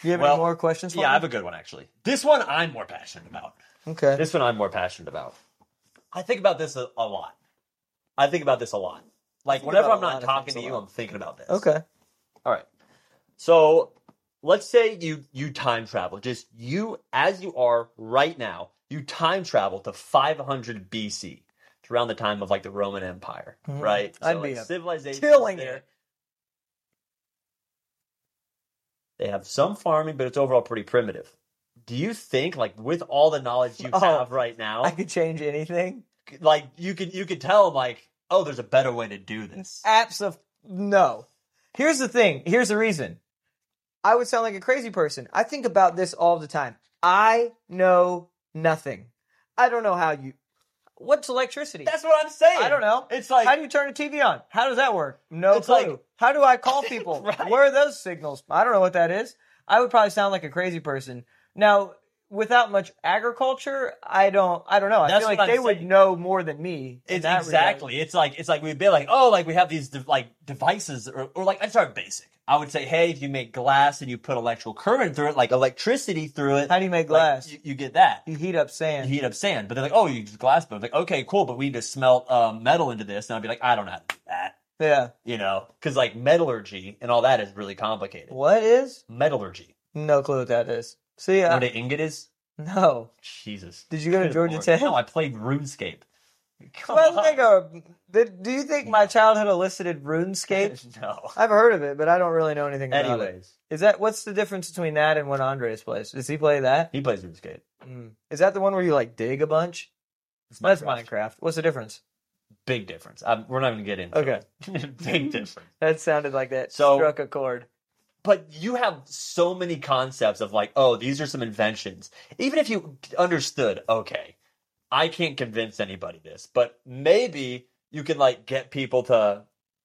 Speaker 2: You have
Speaker 1: Well,
Speaker 2: any more questions for
Speaker 1: Yeah, I
Speaker 2: me?
Speaker 1: have a good one actually. This one I'm more passionate about.
Speaker 2: okay.
Speaker 1: This one I'm more passionate about. I think about this a, a lot. I think about this a lot. Like
Speaker 2: Think
Speaker 1: whenever I'm
Speaker 2: about a
Speaker 1: not
Speaker 2: lot of
Speaker 1: talking to
Speaker 2: things a
Speaker 1: you,
Speaker 2: lot.
Speaker 1: I'm thinking about this.
Speaker 2: okay.
Speaker 1: All right. So let's say you you time travel, just you as you are right now. You time travel to 500 BC, it's around the time of like the Roman Empire,
Speaker 2: Mhm.
Speaker 1: right?
Speaker 2: I'd
Speaker 1: so,
Speaker 2: be
Speaker 1: like,
Speaker 2: a-
Speaker 1: civilization
Speaker 2: killing
Speaker 1: there.
Speaker 2: it.
Speaker 1: They have some farming, but it's overall pretty primitive. Do you think, like, with all the knowledge you
Speaker 2: Oh,
Speaker 1: have right now,
Speaker 2: I could change anything.
Speaker 1: like you could you could tell them like oh there's a better way to do this
Speaker 2: Apps of no. Here's the thing. Here's the reason. I would sound like a crazy person. I think about this all the time. I know nothing. I don't know how you. What's electricity?
Speaker 1: that's what i'm saying
Speaker 2: I don't know.
Speaker 1: it's like
Speaker 2: how do you turn a TV on? How does that work? No
Speaker 1: It's
Speaker 2: clue.
Speaker 1: like-
Speaker 2: how do I call
Speaker 1: *laughs*
Speaker 2: people?
Speaker 1: Right.
Speaker 2: Where are those signals? I don't know what that is. I would probably sound like a crazy person. Now, without much agriculture, I don't. I don't know. I
Speaker 1: That's
Speaker 2: feel like
Speaker 1: what
Speaker 2: they
Speaker 1: I'm
Speaker 2: would
Speaker 1: saying.
Speaker 2: know more than me. in
Speaker 1: it's
Speaker 2: that
Speaker 1: exactly it's like it's like we'd be like oh like we have these de- like devices or, or like i'd start basic i would say hey if you make glass and you put electrical current through it like electricity through it
Speaker 2: Regard. How do you make
Speaker 1: like,
Speaker 2: glass?
Speaker 1: you, you get that
Speaker 2: you, heat up sand.
Speaker 1: you heat up sand but they're like oh you use glass but i'm like okay cool but we need to smelt um, metal into this and i'd be like i don't know how to do that
Speaker 2: yeah.
Speaker 1: you know because like metallurgy and all that is really complicated
Speaker 2: What is?
Speaker 1: metallurgy
Speaker 2: No clue what that is. See,
Speaker 1: you know
Speaker 2: I,
Speaker 1: what an ingot is
Speaker 2: *laughs* no.
Speaker 1: jesus
Speaker 2: Did you go to
Speaker 1: Good
Speaker 2: Georgia
Speaker 1: lord.
Speaker 2: Tech?
Speaker 1: No, I played RuneScape. Come
Speaker 2: *laughs* Well,
Speaker 1: on.
Speaker 2: I think, uh, did- do you think my childhood elicited
Speaker 1: *laughs*
Speaker 2: RuneScape?
Speaker 1: no.
Speaker 2: I've heard of it, but I don't really know anything about it.
Speaker 1: Anyways,
Speaker 2: Is that what's the difference between that and what Andres plays? Does he play that?
Speaker 1: he plays RuneScape.
Speaker 2: Mm. Is that the one where you like dig a bunch?
Speaker 1: It's
Speaker 2: That's
Speaker 1: Minecraft.
Speaker 2: Minecraft. What's the difference?
Speaker 1: Big difference. Um we're not going to get into
Speaker 2: Okay,
Speaker 1: it. *laughs*
Speaker 2: *laughs*
Speaker 1: Big difference.
Speaker 2: that sounded like that
Speaker 1: So-
Speaker 2: struck a chord.
Speaker 1: But you have so many concepts of like, oh, these are some inventions. Even if you understood, okay, I can't convince anybody this, but maybe you can like get people to,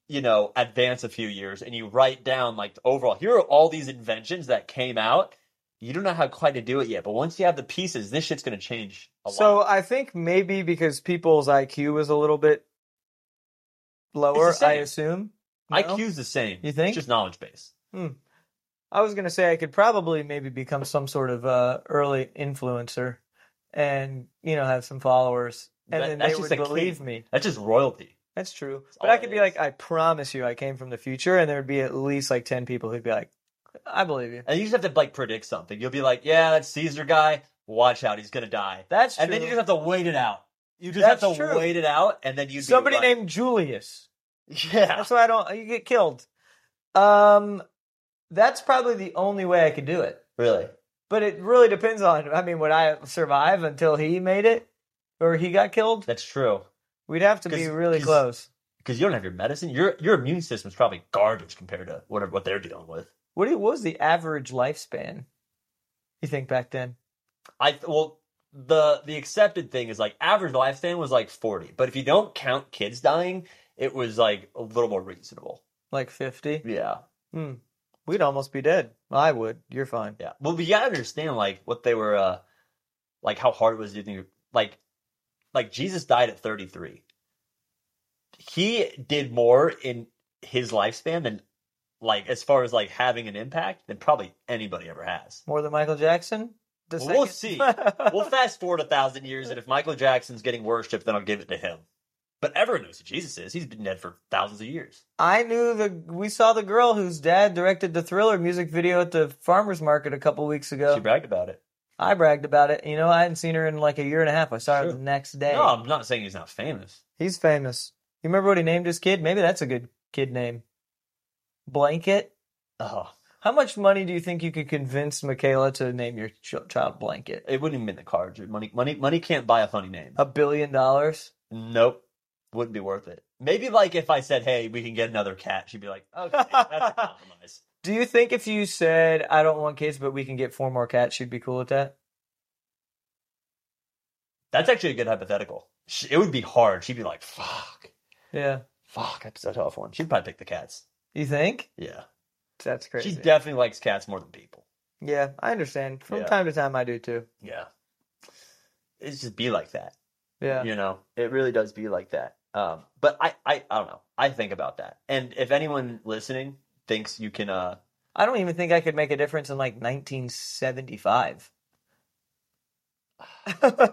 Speaker 1: you know, advance a few years and you write down like the overall, here are all these inventions that came out. You don't know how quite to do it yet, but once you have the pieces, this shit's going to change a lot.
Speaker 2: So I think maybe because people's IQ was a little bit lower,
Speaker 1: It's the
Speaker 2: I
Speaker 1: same.
Speaker 2: assume. No?
Speaker 1: IQ's the same.
Speaker 2: You think?
Speaker 1: It's just knowledge base.
Speaker 2: I was gonna say I could probably maybe become some sort of uh, early influencer, and you know have some followers, and
Speaker 1: That-
Speaker 2: then
Speaker 1: that's
Speaker 2: they would
Speaker 1: just a
Speaker 2: believe
Speaker 1: key.
Speaker 2: me.
Speaker 1: That's just royalty.
Speaker 2: That's true.
Speaker 1: That's
Speaker 2: But
Speaker 1: all
Speaker 2: I could
Speaker 1: it
Speaker 2: be
Speaker 1: is.
Speaker 2: like, I promise you, I came from the future, and there'd be at least like ten people who'd be like, I believe you.
Speaker 1: And you just have to like predict something. You'll be like, yeah, that Caesar guy, watch out, he's going to die.
Speaker 2: That's true.
Speaker 1: and then you just have to wait it out. You just
Speaker 2: That's
Speaker 1: have to
Speaker 2: true.
Speaker 1: wait it out, and then you
Speaker 2: somebody
Speaker 1: right.
Speaker 2: named Julius.
Speaker 1: *laughs* yeah.
Speaker 2: That's why I don't. You get killed. Um, that's probably the only way I could do it.
Speaker 1: Really?
Speaker 2: But it really depends on. I mean, would I survive until he made it, or he got killed?
Speaker 1: That's true.
Speaker 2: We'd have to
Speaker 1: 'Cause-
Speaker 2: be really
Speaker 1: 'cause-
Speaker 2: close.
Speaker 1: Because you don't have your medicine. Your your immune system's probably garbage compared to whatever what they're dealing with.
Speaker 2: What, do you- what was the average lifespan? You think back then?
Speaker 1: I well the the accepted thing is like average lifespan was like forty, but if you don't count kids dying, it was like a little more reasonable.
Speaker 2: Like fifty?
Speaker 1: Yeah.
Speaker 2: Hmm. We'd almost be dead. I would. You're fine.
Speaker 1: Yeah. Well, we gotta understand like what they were, uh like how hard it was to do. Like, like Jesus died at 33. He did more in his lifespan than, like, as far as like having an impact than probably anybody ever has.
Speaker 2: More than Michael Jackson? The
Speaker 1: Well, we'll
Speaker 2: second-
Speaker 1: see. We'll fast forward a thousand years, and if Michael Jackson's getting worshipped, then I'll give it to him. But everyone knows who Jesus is. He's been dead for thousands of years.
Speaker 2: *laughs* I knew the we saw the girl whose dad directed the Thriller music video at the farmers market a couple weeks ago.
Speaker 1: She bragged about it.
Speaker 2: I bragged about it. You know, I hadn't seen her in like a year and a half. I saw her
Speaker 1: Sure.
Speaker 2: the next day.
Speaker 1: No, I'm not saying he's not famous.
Speaker 2: He's famous. You remember what he named his kid? Maybe that's a good kid name. Blanket.
Speaker 1: Oh,
Speaker 2: How much money do you think you could convince Michaela to name your ch- child Blanket?
Speaker 1: it wouldn't even be in the cards. Money, money, money can't buy a funny name.
Speaker 2: A billion dollars?
Speaker 1: Nope. Wouldn't be worth it. Maybe like if I said, "Hey, we can get another cat," she'd be like, "Okay,
Speaker 2: *laughs*
Speaker 1: that's a compromise."
Speaker 2: Do you think if you said, I don't want kids, but we can get four more cats, she'd be cool with that?
Speaker 1: That's actually a good hypothetical. Sh- It would be hard. She'd be like, "Fuck,
Speaker 2: Yeah.
Speaker 1: fuck, that's a tough one." She'd probably pick the cats.
Speaker 2: You think?
Speaker 1: Yeah,
Speaker 2: That's crazy.
Speaker 1: She definitely likes cats more than people.
Speaker 2: yeah, I understand. From
Speaker 1: Yeah.
Speaker 2: time to time, I do too.
Speaker 1: Yeah. It's just be like that.
Speaker 2: Yeah.
Speaker 1: You know, it really does be like that. Um, but I, I, I don't know. I think about that. And if anyone listening thinks you can, uh, *laughs*
Speaker 2: I don't even think I could make a difference in like 1975. *laughs*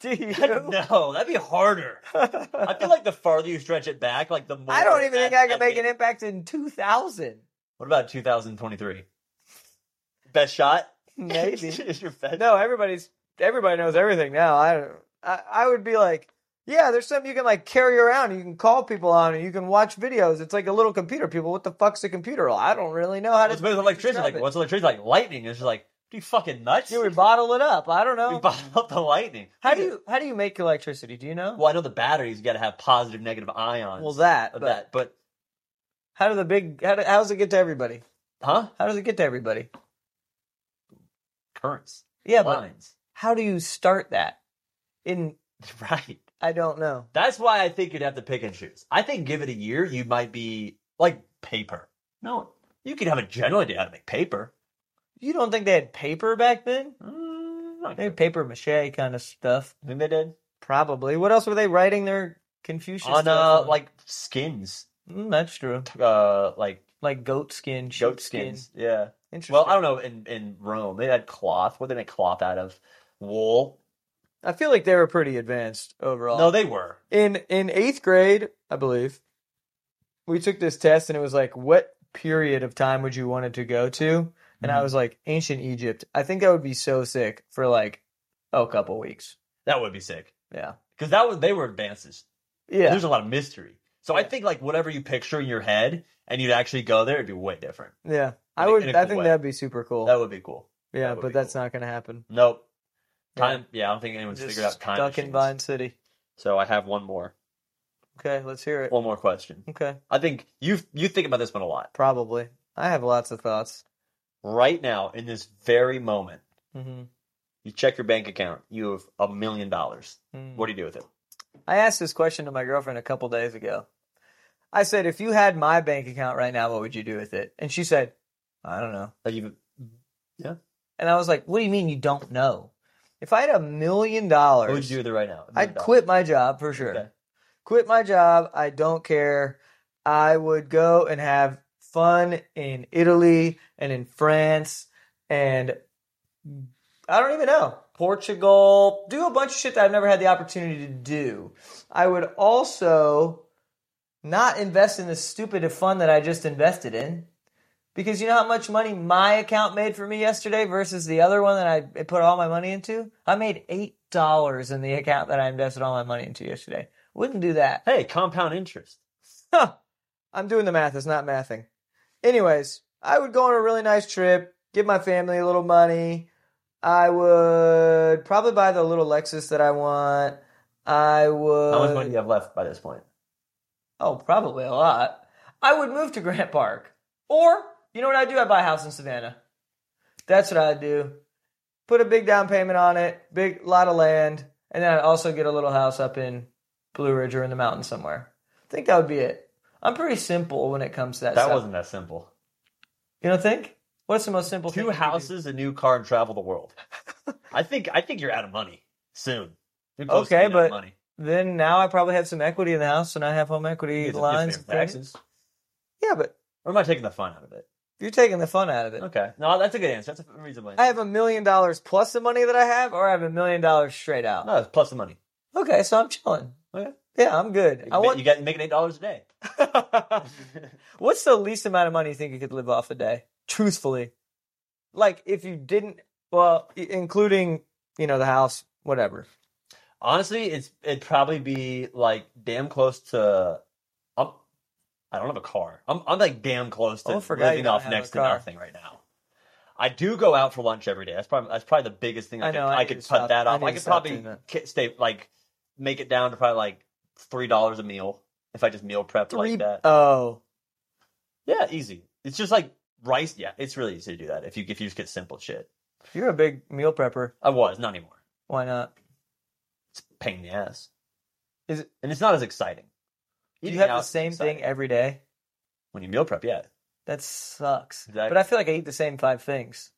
Speaker 2: do you?
Speaker 1: no, that'd be harder. I feel like the farther you stretch it back, like the more.
Speaker 2: *laughs* I don't even think I
Speaker 1: can
Speaker 2: could make an impact
Speaker 1: *laughs*
Speaker 2: in 2000.
Speaker 1: What about 2023? Best
Speaker 2: *laughs*
Speaker 1: shot?
Speaker 2: Maybe.
Speaker 1: Is your best-
Speaker 2: no, everybody's everybody knows everything now. I don't. I, I would be like, yeah, there's something you can like carry around. You can call people on it. You can watch videos. It's like a little computer. People, what the fuck's a computer? I don't really know how
Speaker 1: What's
Speaker 2: to.
Speaker 1: with electricity?
Speaker 2: describe
Speaker 1: Like,
Speaker 2: it.
Speaker 1: what's electricity like? Lightning is just like, do you fucking nuts?
Speaker 2: Do we bottle it up? I don't
Speaker 1: we
Speaker 2: know.
Speaker 1: bottled up the lightning.
Speaker 2: How do you how do you make electricity? Do you know?
Speaker 1: Well, I know the batteries. You got to have positive, negative ions.
Speaker 2: Well, that.
Speaker 1: of
Speaker 2: But
Speaker 1: that, but
Speaker 2: how do the big how do, how does it get to everybody?
Speaker 1: huh?
Speaker 2: How does it get to everybody?
Speaker 1: Currents,
Speaker 2: Yeah, but
Speaker 1: lines,
Speaker 2: how do you start that? In
Speaker 1: *laughs* right?
Speaker 2: I don't know.
Speaker 1: That's why I think you'd have to pick and choose. I think give it a year, you might be like paper. No, you could have a general idea how to make paper.
Speaker 2: You don't think they had paper back then?
Speaker 1: Mm, not
Speaker 2: Maybe
Speaker 1: good.
Speaker 2: paper mache kind of stuff.
Speaker 1: Think they did
Speaker 2: Probably. What else were they writing their Confucius
Speaker 1: on
Speaker 2: stuff
Speaker 1: uh like skins,
Speaker 2: Mm, that's true.
Speaker 1: uh like
Speaker 2: Like goat skin, sheep
Speaker 1: goat
Speaker 2: skin.
Speaker 1: skins. Yeah.
Speaker 2: Interesting.
Speaker 1: Well, I don't know. In in Rome, they had cloth. What did they make cloth out of? Wool.
Speaker 2: I feel like they were pretty advanced overall.
Speaker 1: No, they were.
Speaker 2: in in eighth grade, I believe, we took this test and it was like, what period of time would you want it to go to?
Speaker 1: Mm-hmm.
Speaker 2: And I was like, ancient Egypt. I think that would be so sick for like a couple weeks.
Speaker 1: That would be sick
Speaker 2: Yeah.
Speaker 1: because that was they were advances.
Speaker 2: Yeah.
Speaker 1: there's a lot of mystery. So I
Speaker 2: Yeah.
Speaker 1: think like whatever you picture in your head and you'd actually go there, it'd be way different.
Speaker 2: Yeah. I
Speaker 1: in a-
Speaker 2: would
Speaker 1: in a
Speaker 2: I
Speaker 1: cool
Speaker 2: think
Speaker 1: way.
Speaker 2: that'd be super cool.
Speaker 1: That would be cool.
Speaker 2: yeah,
Speaker 1: that would
Speaker 2: but
Speaker 1: be
Speaker 2: that's
Speaker 1: cool.
Speaker 2: not gonna happen.
Speaker 1: Nope.
Speaker 2: Yeah.
Speaker 1: Time. Yeah, I don't think anyone's
Speaker 2: Just
Speaker 1: figured out time.
Speaker 2: stuck in
Speaker 1: machines.
Speaker 2: Vine City.
Speaker 1: So I have one more,
Speaker 2: Okay, let's hear it.
Speaker 1: one more question.
Speaker 2: Okay.
Speaker 1: I think you you think about this one a lot
Speaker 2: Probably. I have lots of thoughts.
Speaker 1: right now in this very moment.
Speaker 2: Mm-hmm.
Speaker 1: You check your bank account. You have a million dollars.
Speaker 2: Mm-hmm.
Speaker 1: What do you do with it?
Speaker 2: I asked this question to my girlfriend a couple days ago. I said, if you had my bank account right now, what would you do with it? And she said, I don't know.
Speaker 1: Like you,
Speaker 2: And I was like, what do you mean you don't know? If I had a million dollars,
Speaker 1: what would you do with it right now? A million
Speaker 2: I'd
Speaker 1: dollars.
Speaker 2: quit my job for sure.
Speaker 1: Okay.
Speaker 2: Quit my job. I don't care. I would go and have fun in Italy and in France and I don't even know. Portugal, do a bunch of shit that I've never had the opportunity to do. I would also not invest in the stupid fund that I just invested in because you know how much money my account made for me yesterday versus the other one that I put all my money into? I made $8 in the account that I invested all my money into yesterday. Wouldn't do that. *laughs*
Speaker 1: Hey, compound interest.
Speaker 2: Huh. I'm doing the math. It's not mathing. Anyways, I would go on a really nice trip, give my family a little money. I would probably buy the little Lexus that I want. I would.
Speaker 1: How much money do you have left by this point?
Speaker 2: Oh, probably a lot. I would move to Grant Park. Or, you know what I'd do? I'd buy a house in Savannah. That's what I'd do. Put a big down payment on it, big lot of land, and then I'd also get a little house up in Blue Ridge or in the mountains somewhere. I think that would be it. I'm pretty simple when it comes to that,
Speaker 1: That
Speaker 2: stuff.
Speaker 1: wasn't that simple.
Speaker 2: You don't think? What's the most simple thing?
Speaker 1: two
Speaker 2: you could do?
Speaker 1: houses, a new car, and travel the
Speaker 2: *laughs*
Speaker 1: world. I think I think you're out of money soon. You're close to
Speaker 2: Okay,
Speaker 1: being out of
Speaker 2: but
Speaker 1: money.
Speaker 2: Then now I probably have some equity in the house, and I have home equity
Speaker 1: You get to- you get to
Speaker 2: lines.
Speaker 1: pay
Speaker 2: and
Speaker 1: for
Speaker 2: credit.
Speaker 1: taxes.
Speaker 2: Yeah, but
Speaker 1: Or am I taking the fun out of it?
Speaker 2: you're taking the fun out of it.
Speaker 1: Okay, no, that's a good answer. That's a reasonable answer.
Speaker 2: I have a million dollars plus the money that I have, or I have a million dollars straight out.
Speaker 1: no, it's plus the money.
Speaker 2: Okay, so I'm chilling.
Speaker 1: Okay.
Speaker 2: Yeah, I'm good.
Speaker 1: You,
Speaker 2: I
Speaker 1: ma-
Speaker 2: want.
Speaker 1: you got making eight dollars a day.
Speaker 2: *laughs*
Speaker 1: *laughs*
Speaker 2: What's the least amount of money you think you could live off a day? Truthfully, like if you didn't, well, i- including you know the house, whatever.
Speaker 1: Honestly, it's it'd probably be like damn close to. I'm, I don't have a car. I'm I'm like damn close to
Speaker 2: Oh, I forgot you
Speaker 1: living
Speaker 2: don't
Speaker 1: off
Speaker 2: have
Speaker 1: next
Speaker 2: a
Speaker 1: to
Speaker 2: car.
Speaker 1: nothing right now. I do go out for lunch every day. That's probably that's probably the biggest thing I,
Speaker 2: I know,
Speaker 1: could,
Speaker 2: I
Speaker 1: I
Speaker 2: need
Speaker 1: could
Speaker 2: to
Speaker 1: cut
Speaker 2: stop-
Speaker 1: that
Speaker 2: I
Speaker 1: off.
Speaker 2: need
Speaker 1: I,
Speaker 2: to
Speaker 1: could
Speaker 2: stop
Speaker 1: probably
Speaker 2: doing that.
Speaker 1: ki- stay like make it down to probably like three dollars a meal if I just meal prepped
Speaker 2: Three.
Speaker 1: like that.
Speaker 2: Oh,
Speaker 1: Yeah, easy. It's just like rice. Yeah, it's really easy to do that if you if you just get simple shit.
Speaker 2: you're a big meal prepper.
Speaker 1: I was not anymore.
Speaker 2: Why not?
Speaker 1: It's a pain in the ass.
Speaker 2: Is it-
Speaker 1: And it's not as exciting.
Speaker 2: Do you
Speaker 1: Eating
Speaker 2: have
Speaker 1: out
Speaker 2: the
Speaker 1: is
Speaker 2: same
Speaker 1: exciting.
Speaker 2: thing every day?
Speaker 1: when you meal prep. Yeah,
Speaker 2: That sucks.
Speaker 1: Exactly.
Speaker 2: But I feel like I eat the same five things.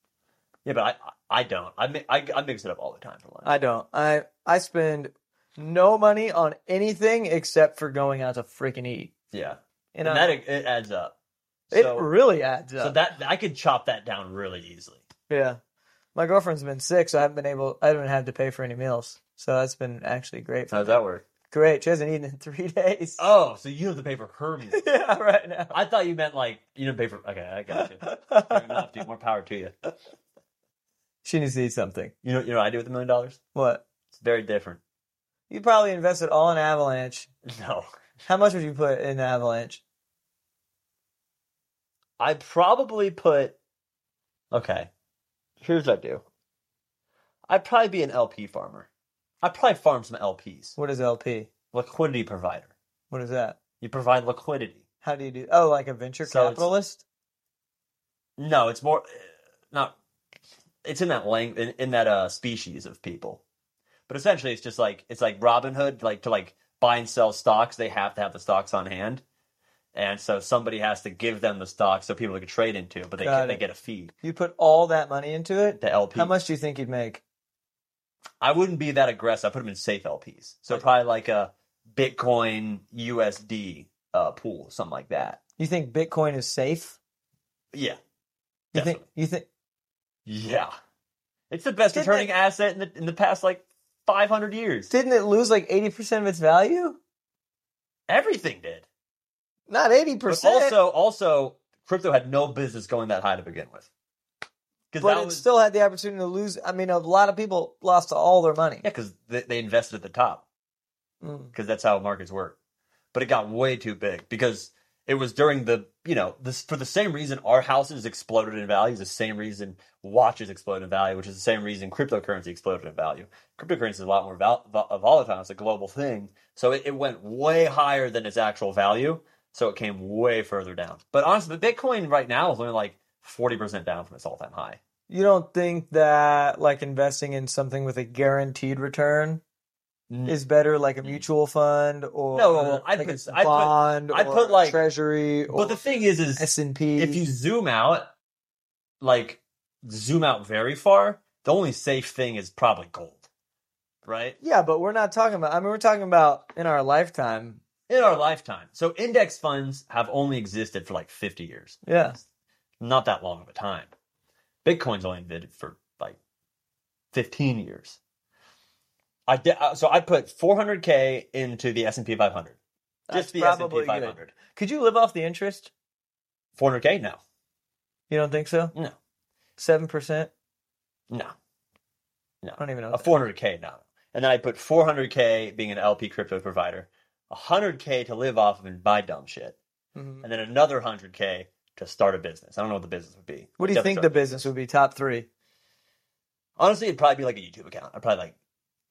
Speaker 1: Yeah, but I I don't. I mi- I, I mix it up all the time for lunch.
Speaker 2: I don't. I I spend no money on anything except for going out to freaking eat.
Speaker 1: yeah, and,
Speaker 2: You know,
Speaker 1: that it adds up.
Speaker 2: um, it
Speaker 1: So,
Speaker 2: really adds up.
Speaker 1: so that I could chop that down really easily.
Speaker 2: yeah, my girlfriend's been sick, so I haven't been able. I haven't had to pay for any meals, so that's been actually great. For
Speaker 1: How does that work?
Speaker 2: Great. She hasn't eaten in *laughs* three days.
Speaker 1: Oh, so you have to pay for her meal.
Speaker 2: yeah, right now.
Speaker 1: I thought you meant like you didn't pay for. Okay, I *laughs* got you. Fair enough, dude. More power to you.
Speaker 2: *laughs* she needs to eat something.
Speaker 1: You know, you know, what I do with a million dollars.
Speaker 2: What?
Speaker 1: It's very different. *laughs*
Speaker 2: You probably invested all in Avalanche.
Speaker 1: No,
Speaker 2: How much would you put in Avalanche?
Speaker 1: I probably put. Okay, here's what I do. I'd probably be an LP farmer. I'd probably farm some LPs.
Speaker 2: What is LP?
Speaker 1: Liquidity provider.
Speaker 2: What is that?
Speaker 1: You provide liquidity.
Speaker 2: How do you do? Oh, like a venture
Speaker 1: So it's-
Speaker 2: capitalist.
Speaker 1: No, it's more uh, not. It's in that lang in, in that uh species of people, but essentially it's just like it's like Robin Hood, like to like buy and sell stocks. They have to have the stocks on hand, and so somebody has to give them the stocks so people can trade into. it, But they
Speaker 2: Got
Speaker 1: get, they
Speaker 2: it.
Speaker 1: get a fee.
Speaker 2: You put all that money into it.
Speaker 1: The LP.
Speaker 2: How much do you think you'd make?
Speaker 1: I wouldn't be that aggressive. I put them in safe LPs, so probably like a Bitcoin USD uh pool, something like that.
Speaker 2: You think Bitcoin is safe?
Speaker 1: Yeah,
Speaker 2: You
Speaker 1: Definitely.
Speaker 2: think you think
Speaker 1: yeah. It's the best
Speaker 2: Didn't
Speaker 1: returning
Speaker 2: it-
Speaker 1: asset in the in the past like five hundred years.
Speaker 2: didn't it lose like eighty percent of its value?
Speaker 1: Everything did.
Speaker 2: Not eighty
Speaker 1: But
Speaker 2: percent.
Speaker 1: also, also, crypto had no business going that high to begin with. Because
Speaker 2: but it still had the opportunity to lose. I mean, a lot of people lost all their money.
Speaker 1: yeah, because they, they invested at the top
Speaker 2: Mm.
Speaker 1: because that's how markets work. But it got way too big because it was during the you know this for the same reason our houses exploded in value is the same reason watches exploded in value, which is the same reason cryptocurrency exploded in value. Cryptocurrency is a lot more val- vol- volatile; it's a global thing, so it, it went way higher than its actual value. So it came way further down. But honestly, the Bitcoin right now is only like forty percent down from its all time high.
Speaker 2: You don't think that like investing in something with a guaranteed return
Speaker 1: N-
Speaker 2: is better, like a mutual fund or
Speaker 1: Mm. No, well, I'd
Speaker 2: like
Speaker 1: put-
Speaker 2: a
Speaker 1: I'd put-
Speaker 2: bond
Speaker 1: I'd
Speaker 2: or
Speaker 1: put, like-
Speaker 2: treasury or
Speaker 1: But the thing is, is
Speaker 2: S and P?
Speaker 1: if you zoom out, like zoom out very far, the only safe thing is probably gold, right?
Speaker 2: yeah, but we're not talking about. I mean, we're talking about in our lifetime.
Speaker 1: In our lifetime. So index funds have only existed for like 50 years.
Speaker 2: Yeah,
Speaker 1: Not that long of a time. Bitcoin's only been for like 15 years. I did, so I put 400k into the S&P 500.
Speaker 2: That's
Speaker 1: Just the
Speaker 2: probably
Speaker 1: S&P
Speaker 2: good.
Speaker 1: 500.
Speaker 2: Could you live off the interest?
Speaker 1: 400k? No.
Speaker 2: You don't think so?
Speaker 1: No.
Speaker 2: Seven percent?
Speaker 1: No.
Speaker 2: I don't even know.
Speaker 1: a 400k now and then i put 400k being an lp crypto provider 100k to live off of and buy dumb shit
Speaker 2: Mhm.
Speaker 1: and then another 100k to start a business i don't know what the business would be
Speaker 2: What do you
Speaker 1: Definitely
Speaker 2: think the
Speaker 1: start-
Speaker 2: business would be? Top three?
Speaker 1: honestly it'd probably be like a youtube account i'd probably like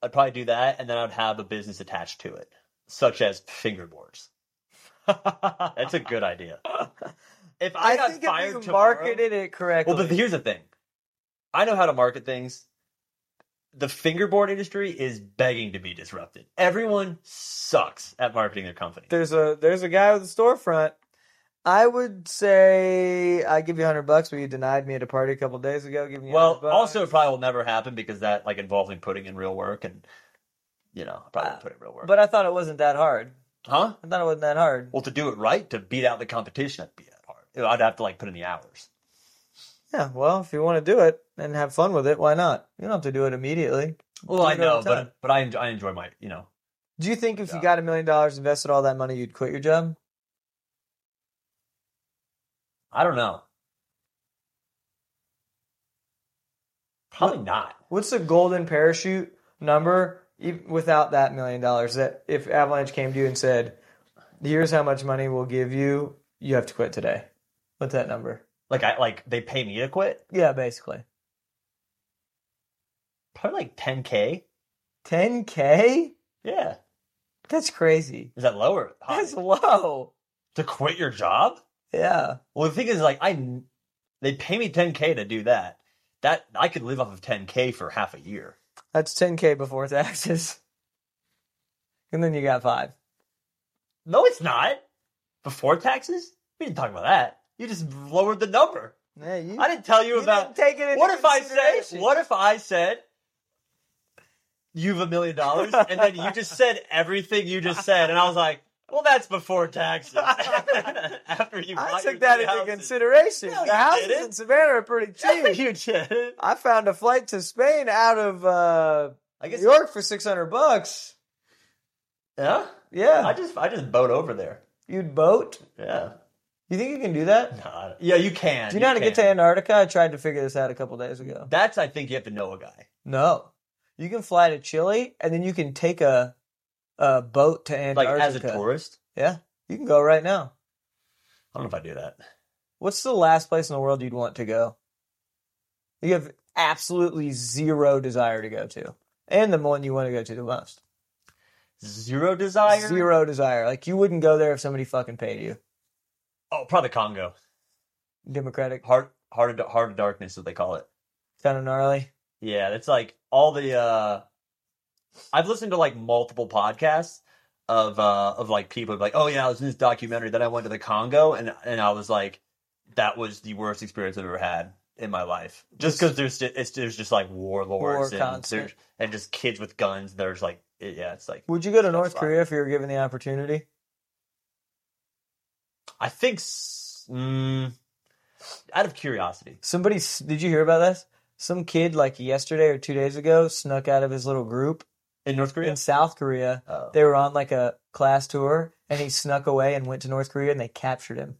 Speaker 1: i'd probably do that and then i'd have a business attached to it such as fingerboards *laughs* that's a good idea if i,
Speaker 2: I,
Speaker 1: got
Speaker 2: think
Speaker 1: fired
Speaker 2: if you
Speaker 1: tomorrow-
Speaker 2: marketed it correctly.
Speaker 1: Well, but here's the thing. I know how to market things. The fingerboard industry is begging to be disrupted. Everyone sucks at marketing their company.
Speaker 2: there's a there's a guy with a storefront. I would say I give you hundred bucks, but you denied me at a party a couple days ago. Giving you
Speaker 1: Well,
Speaker 2: 100 bucks.
Speaker 1: also it probably will never happen because that like involves me putting in real work and you know, I probably
Speaker 2: Uh,
Speaker 1: won't put in real work.
Speaker 2: but I thought it wasn't that hard.
Speaker 1: huh?
Speaker 2: I thought it wasn't that hard.
Speaker 1: Well, to do it right, to beat out the competition, that'd be that hard. I'd have to like put in the hours.
Speaker 2: Yeah, well, if you want to do it and have fun with it, why not? You don't have to do it immediately.
Speaker 1: Well, I
Speaker 2: Do it all
Speaker 1: know,
Speaker 2: the time.
Speaker 1: but but I enjoy, I enjoy my you know.
Speaker 2: Do you think if you
Speaker 1: Yeah.
Speaker 2: got a million dollars, invested all that money, you'd quit your job?
Speaker 1: I don't know. Probably not.
Speaker 2: What's the golden parachute number ev- without that million dollars? That if Avalanche came to you and said, "Here's how much money we'll give you. You have to quit today." What's that number?
Speaker 1: Like I like they pay me to quit.
Speaker 2: Yeah, basically.
Speaker 1: Probably like 10k.
Speaker 2: 10k?
Speaker 1: Yeah,
Speaker 2: That's crazy.
Speaker 1: is that lower? High?
Speaker 2: That's low.
Speaker 1: to quit your job?
Speaker 2: Yeah.
Speaker 1: Well, the thing is, like, I they pay me 10k to do that. That I could live off of 10k for half a year.
Speaker 2: That's 10k before taxes. *laughs* And then you got 5.
Speaker 1: No, it's not. Before taxes, we didn't talk about that. You just lowered the number.
Speaker 2: Yeah, you,
Speaker 1: I didn't tell you,
Speaker 2: you
Speaker 1: about.
Speaker 2: didn't take it into
Speaker 1: What if I
Speaker 2: consideration.
Speaker 1: said? What if I said? You've a million dollars, and then you just said everything you just said, and I was like, "Well, that's before taxes." *laughs* After you,
Speaker 2: I
Speaker 1: bought your
Speaker 2: took that
Speaker 1: two
Speaker 2: into
Speaker 1: houses.
Speaker 2: consideration.
Speaker 1: No,
Speaker 2: the
Speaker 1: you
Speaker 2: houses
Speaker 1: didn't.
Speaker 2: in Savannah are pretty cheap.
Speaker 1: you did.
Speaker 2: I found a flight to Spain out of uh,
Speaker 1: I
Speaker 2: New
Speaker 1: guess.
Speaker 2: York for six hundred bucks.
Speaker 1: Yeah.
Speaker 2: Yeah,
Speaker 1: I just I just boat over there.
Speaker 2: you'd boat.
Speaker 1: Yeah.
Speaker 2: You think you can do that?
Speaker 1: No, I don't- yeah, you can.
Speaker 2: Do you know how to get to
Speaker 1: can.
Speaker 2: Antarctica? I tried to figure this out a couple days ago.
Speaker 1: That's I think you have to know a guy.
Speaker 2: No, you can fly to Chile and then you can take a a boat to
Speaker 1: Like
Speaker 2: Antarctica.
Speaker 1: as a tourist.
Speaker 2: Yeah, you can go right now.
Speaker 1: I don't know if I do that.
Speaker 2: What's the last place in the world you'd want to go? You have absolutely zero desire to go to, and the one you want to go to the most.
Speaker 1: Zero desire.
Speaker 2: Zero desire. Like you wouldn't go there if somebody fucking paid you.
Speaker 1: Oh, probably Congo.
Speaker 2: Democratic,
Speaker 1: Heart, heart, of, heart of darkness, is what they call it.
Speaker 2: kind of gnarly.
Speaker 1: Yeah, it's like all the. uh I've listened to like multiple podcasts of uh of like people like, oh yeah, I was in this documentary. Then I went to the Congo, and and I was like, that was the worst experience I've ever had in my life. Just because there's ju- it's there's just like warlords
Speaker 2: War
Speaker 1: and,
Speaker 2: constant.
Speaker 1: there's- and just kids with guns. There's like it- yeah, it's like
Speaker 2: Would you go to
Speaker 1: That's
Speaker 2: North
Speaker 1: fine.
Speaker 2: Korea if you were given the opportunity?
Speaker 1: I think s- mm, out of curiosity.
Speaker 2: Somebody, s- did you hear about this? Some kid, like yesterday or two days ago, snuck out of his little group
Speaker 1: In North Korea?
Speaker 2: in South Korea.
Speaker 1: Oh.
Speaker 2: They were on like a class tour, and he snuck away and went to North Korea, and they captured him.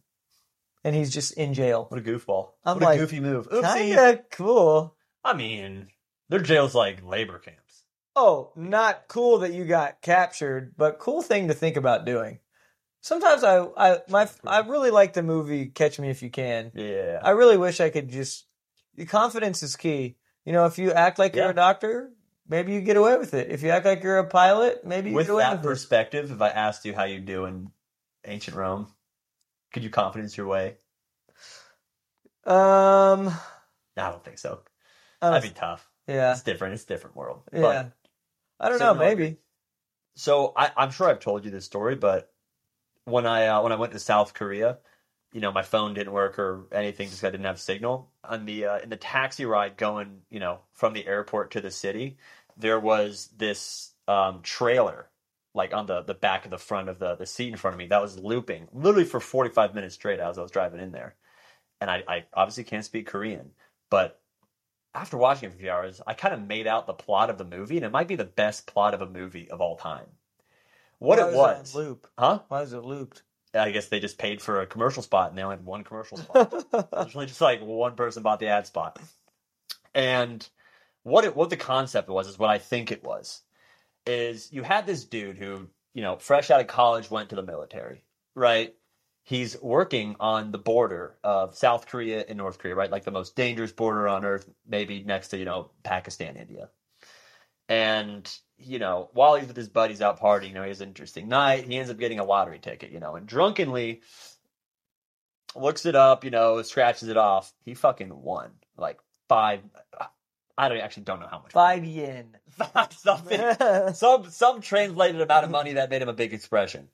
Speaker 2: And he's just in jail.
Speaker 1: What a goofball.
Speaker 2: I'm
Speaker 1: what
Speaker 2: like,
Speaker 1: a goofy move. Oopsie.
Speaker 2: Kinda cool.
Speaker 1: I mean, their jail's like labor camps.
Speaker 2: Oh, not cool that you got captured, but cool thing to think about doing. Sometimes I, I, my, I really like the movie Catch Me If You Can.
Speaker 1: Yeah.
Speaker 2: I really wish I could just. the Confidence is key. You know, if you act like
Speaker 1: Yeah.
Speaker 2: you're a doctor, maybe you get away with it. If you act like you're a pilot, maybe you
Speaker 1: With
Speaker 2: get away
Speaker 1: that
Speaker 2: with it.
Speaker 1: perspective, if I asked you how you do in ancient Rome, could you confidence your way?
Speaker 2: Um,
Speaker 1: No, I don't think so.
Speaker 2: I don't-
Speaker 1: That'd be tough.
Speaker 2: yeah,
Speaker 1: It's different. It's a different world.
Speaker 2: yeah.
Speaker 1: But,
Speaker 2: I don't
Speaker 1: so
Speaker 2: know.
Speaker 1: no,
Speaker 2: Maybe
Speaker 1: so I, I'm sure I've told you this story, but when I uh, when I went to South Korea, you know, my phone didn't work or anything because I didn't have signal. On the uh, in the taxi ride going, you know, from the airport to the city, there was this um, trailer like on the the back of the front of the the seat in front of me that was looping literally for 45 minutes straight as I was driving in there, and I, I obviously can't speak Korean, but after watching it for a few hours, I kind of made out the plot of the movie, and it might be the best plot of a movie of all time. What
Speaker 2: Why
Speaker 1: it
Speaker 2: was uh, it
Speaker 1: was,
Speaker 2: on loop.
Speaker 1: huh?
Speaker 2: Why was
Speaker 1: *laughs*
Speaker 2: it looped?
Speaker 1: I guess they just paid for a commercial spot, and they only had one commercial
Speaker 2: *laughs*
Speaker 1: spot. It's really just like one person bought the ad spot. And what it what the concept was is what I think it was is you had this dude who you know fresh out of college went to the military, right? He's working on the border of South Korea and North Korea, right? Like the most dangerous border on earth, maybe next to you know Pakistan, India. And you know, while he's with his buddies out partying, you know, he has an interesting night. He ends up getting a lottery ticket, you know, and drunkenly looks it up, you know, scratches it off. He fucking won like five. I don't actually don't know how much. *laughs*
Speaker 2: Five yen.
Speaker 1: Five
Speaker 2: *laughs*
Speaker 1: something. *laughs* Some some translated amount of money that made him a big expression.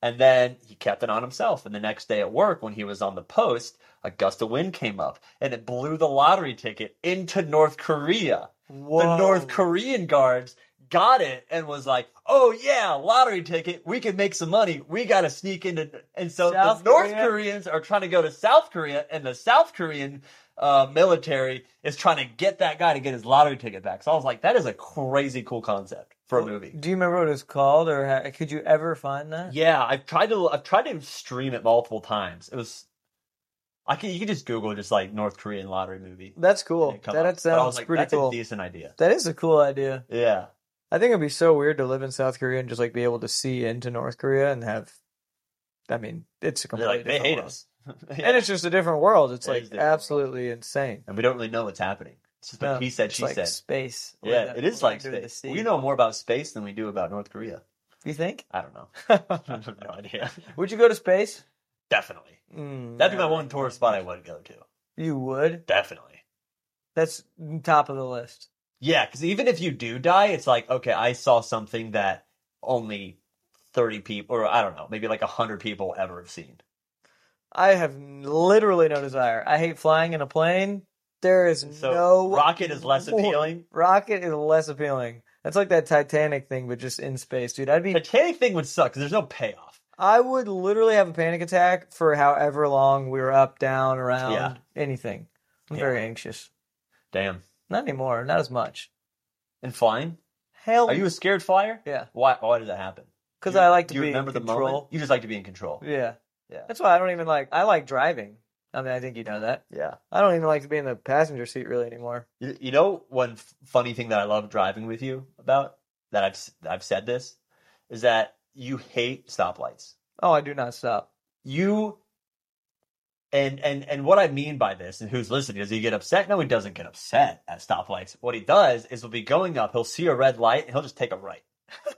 Speaker 1: And then he kept it on himself. And the next day at work, when he was on the post, a gust of wind came up and it blew the lottery ticket into North Korea. The
Speaker 2: Whoa.
Speaker 1: North Korean guards got it and was like, "Oh yeah, lottery ticket. We can make some money. We got to sneak into." And so
Speaker 2: South
Speaker 1: the North
Speaker 2: Korea?
Speaker 1: Koreans are trying to go to South Korea, and the South Korean uh, military is trying to get that guy to get his lottery ticket back. So I was like, "That is a crazy cool concept for a movie."
Speaker 2: Do you remember what it was called, or how, could you ever find that?
Speaker 1: Yeah, I've tried to I've tried to stream it multiple times. It was. I can you can just Google just like North Korean lottery movie.
Speaker 2: That's
Speaker 1: and
Speaker 2: cool.
Speaker 1: it come
Speaker 2: That,
Speaker 1: up.
Speaker 2: that
Speaker 1: But I was
Speaker 2: sounds
Speaker 1: like,
Speaker 2: pretty
Speaker 1: That's
Speaker 2: cool.
Speaker 1: a decent idea.
Speaker 2: that is a cool idea.
Speaker 1: Yeah.
Speaker 2: I think it'd be so weird to live in South Korea and just like be able to see into North Korea and have. I mean, it's
Speaker 1: They're
Speaker 2: a completely
Speaker 1: like they
Speaker 2: different
Speaker 1: hate
Speaker 2: world.
Speaker 1: us. *laughs*
Speaker 2: and it's just a different world. It's
Speaker 1: It
Speaker 2: like
Speaker 1: is different
Speaker 2: absolutely insane.
Speaker 1: and we don't really know what's happening. It's just like
Speaker 2: No,
Speaker 1: he said,
Speaker 2: It's
Speaker 1: she
Speaker 2: like
Speaker 1: said.
Speaker 2: space.
Speaker 1: yeah,
Speaker 2: Like
Speaker 1: it
Speaker 2: that-
Speaker 1: is
Speaker 2: what
Speaker 1: like
Speaker 2: they do to the
Speaker 1: space.
Speaker 2: sea.
Speaker 1: We know more about space than we do about North Korea.
Speaker 2: You think?
Speaker 1: I don't
Speaker 2: *laughs*
Speaker 1: know. *laughs* I have no idea.
Speaker 2: would you go to space?
Speaker 1: Definitely,
Speaker 2: Mm,
Speaker 1: that'd be my
Speaker 2: never.
Speaker 1: one tourist spot I would go to.
Speaker 2: You would.
Speaker 1: Definitely.
Speaker 2: That's top of the list.
Speaker 1: Yeah, because even if you do die, it's like okay, I saw something that only thirty people, or I don't know, maybe like hundred people ever have seen.
Speaker 2: I have n- literally no desire. I hate flying in a plane. There is
Speaker 1: So
Speaker 2: no
Speaker 1: rocket is less
Speaker 2: *laughs* more-
Speaker 1: appealing.
Speaker 2: Rocket is less appealing. That's like that Titanic thing, but just in space, dude. I'd be,
Speaker 1: The Titanic thing would suck 'cause there's no payoff.
Speaker 2: I would literally have a panic attack for however long we were up, down, around,
Speaker 1: Yeah.
Speaker 2: anything. I'm
Speaker 1: Yeah.
Speaker 2: very anxious.
Speaker 1: Damn.
Speaker 2: Not anymore. Not as much.
Speaker 1: And flying?
Speaker 2: Hell,
Speaker 1: Are you a scared flyer?
Speaker 2: Yeah.
Speaker 1: Why? Why did that happen?
Speaker 2: because
Speaker 1: You-
Speaker 2: I like to
Speaker 1: you
Speaker 2: be
Speaker 1: remember
Speaker 2: in
Speaker 1: the
Speaker 2: control.
Speaker 1: moment. You just like to be in control.
Speaker 2: Yeah,
Speaker 1: Yeah.
Speaker 2: That's why I don't even like. I like driving. I mean, I think you know that.
Speaker 1: Yeah.
Speaker 2: I don't even like to be in the passenger seat really anymore.
Speaker 1: You, you know one f- funny thing that I love driving with you about that I've s- I've said this is that you hate stoplights.
Speaker 2: Oh, I do not stop.
Speaker 1: You and and and what I mean by this and who's listening does he get upset? No, he doesn't get upset at stoplights. What he does is he'll be going up, he'll see a red light, and he'll just take a right. *laughs*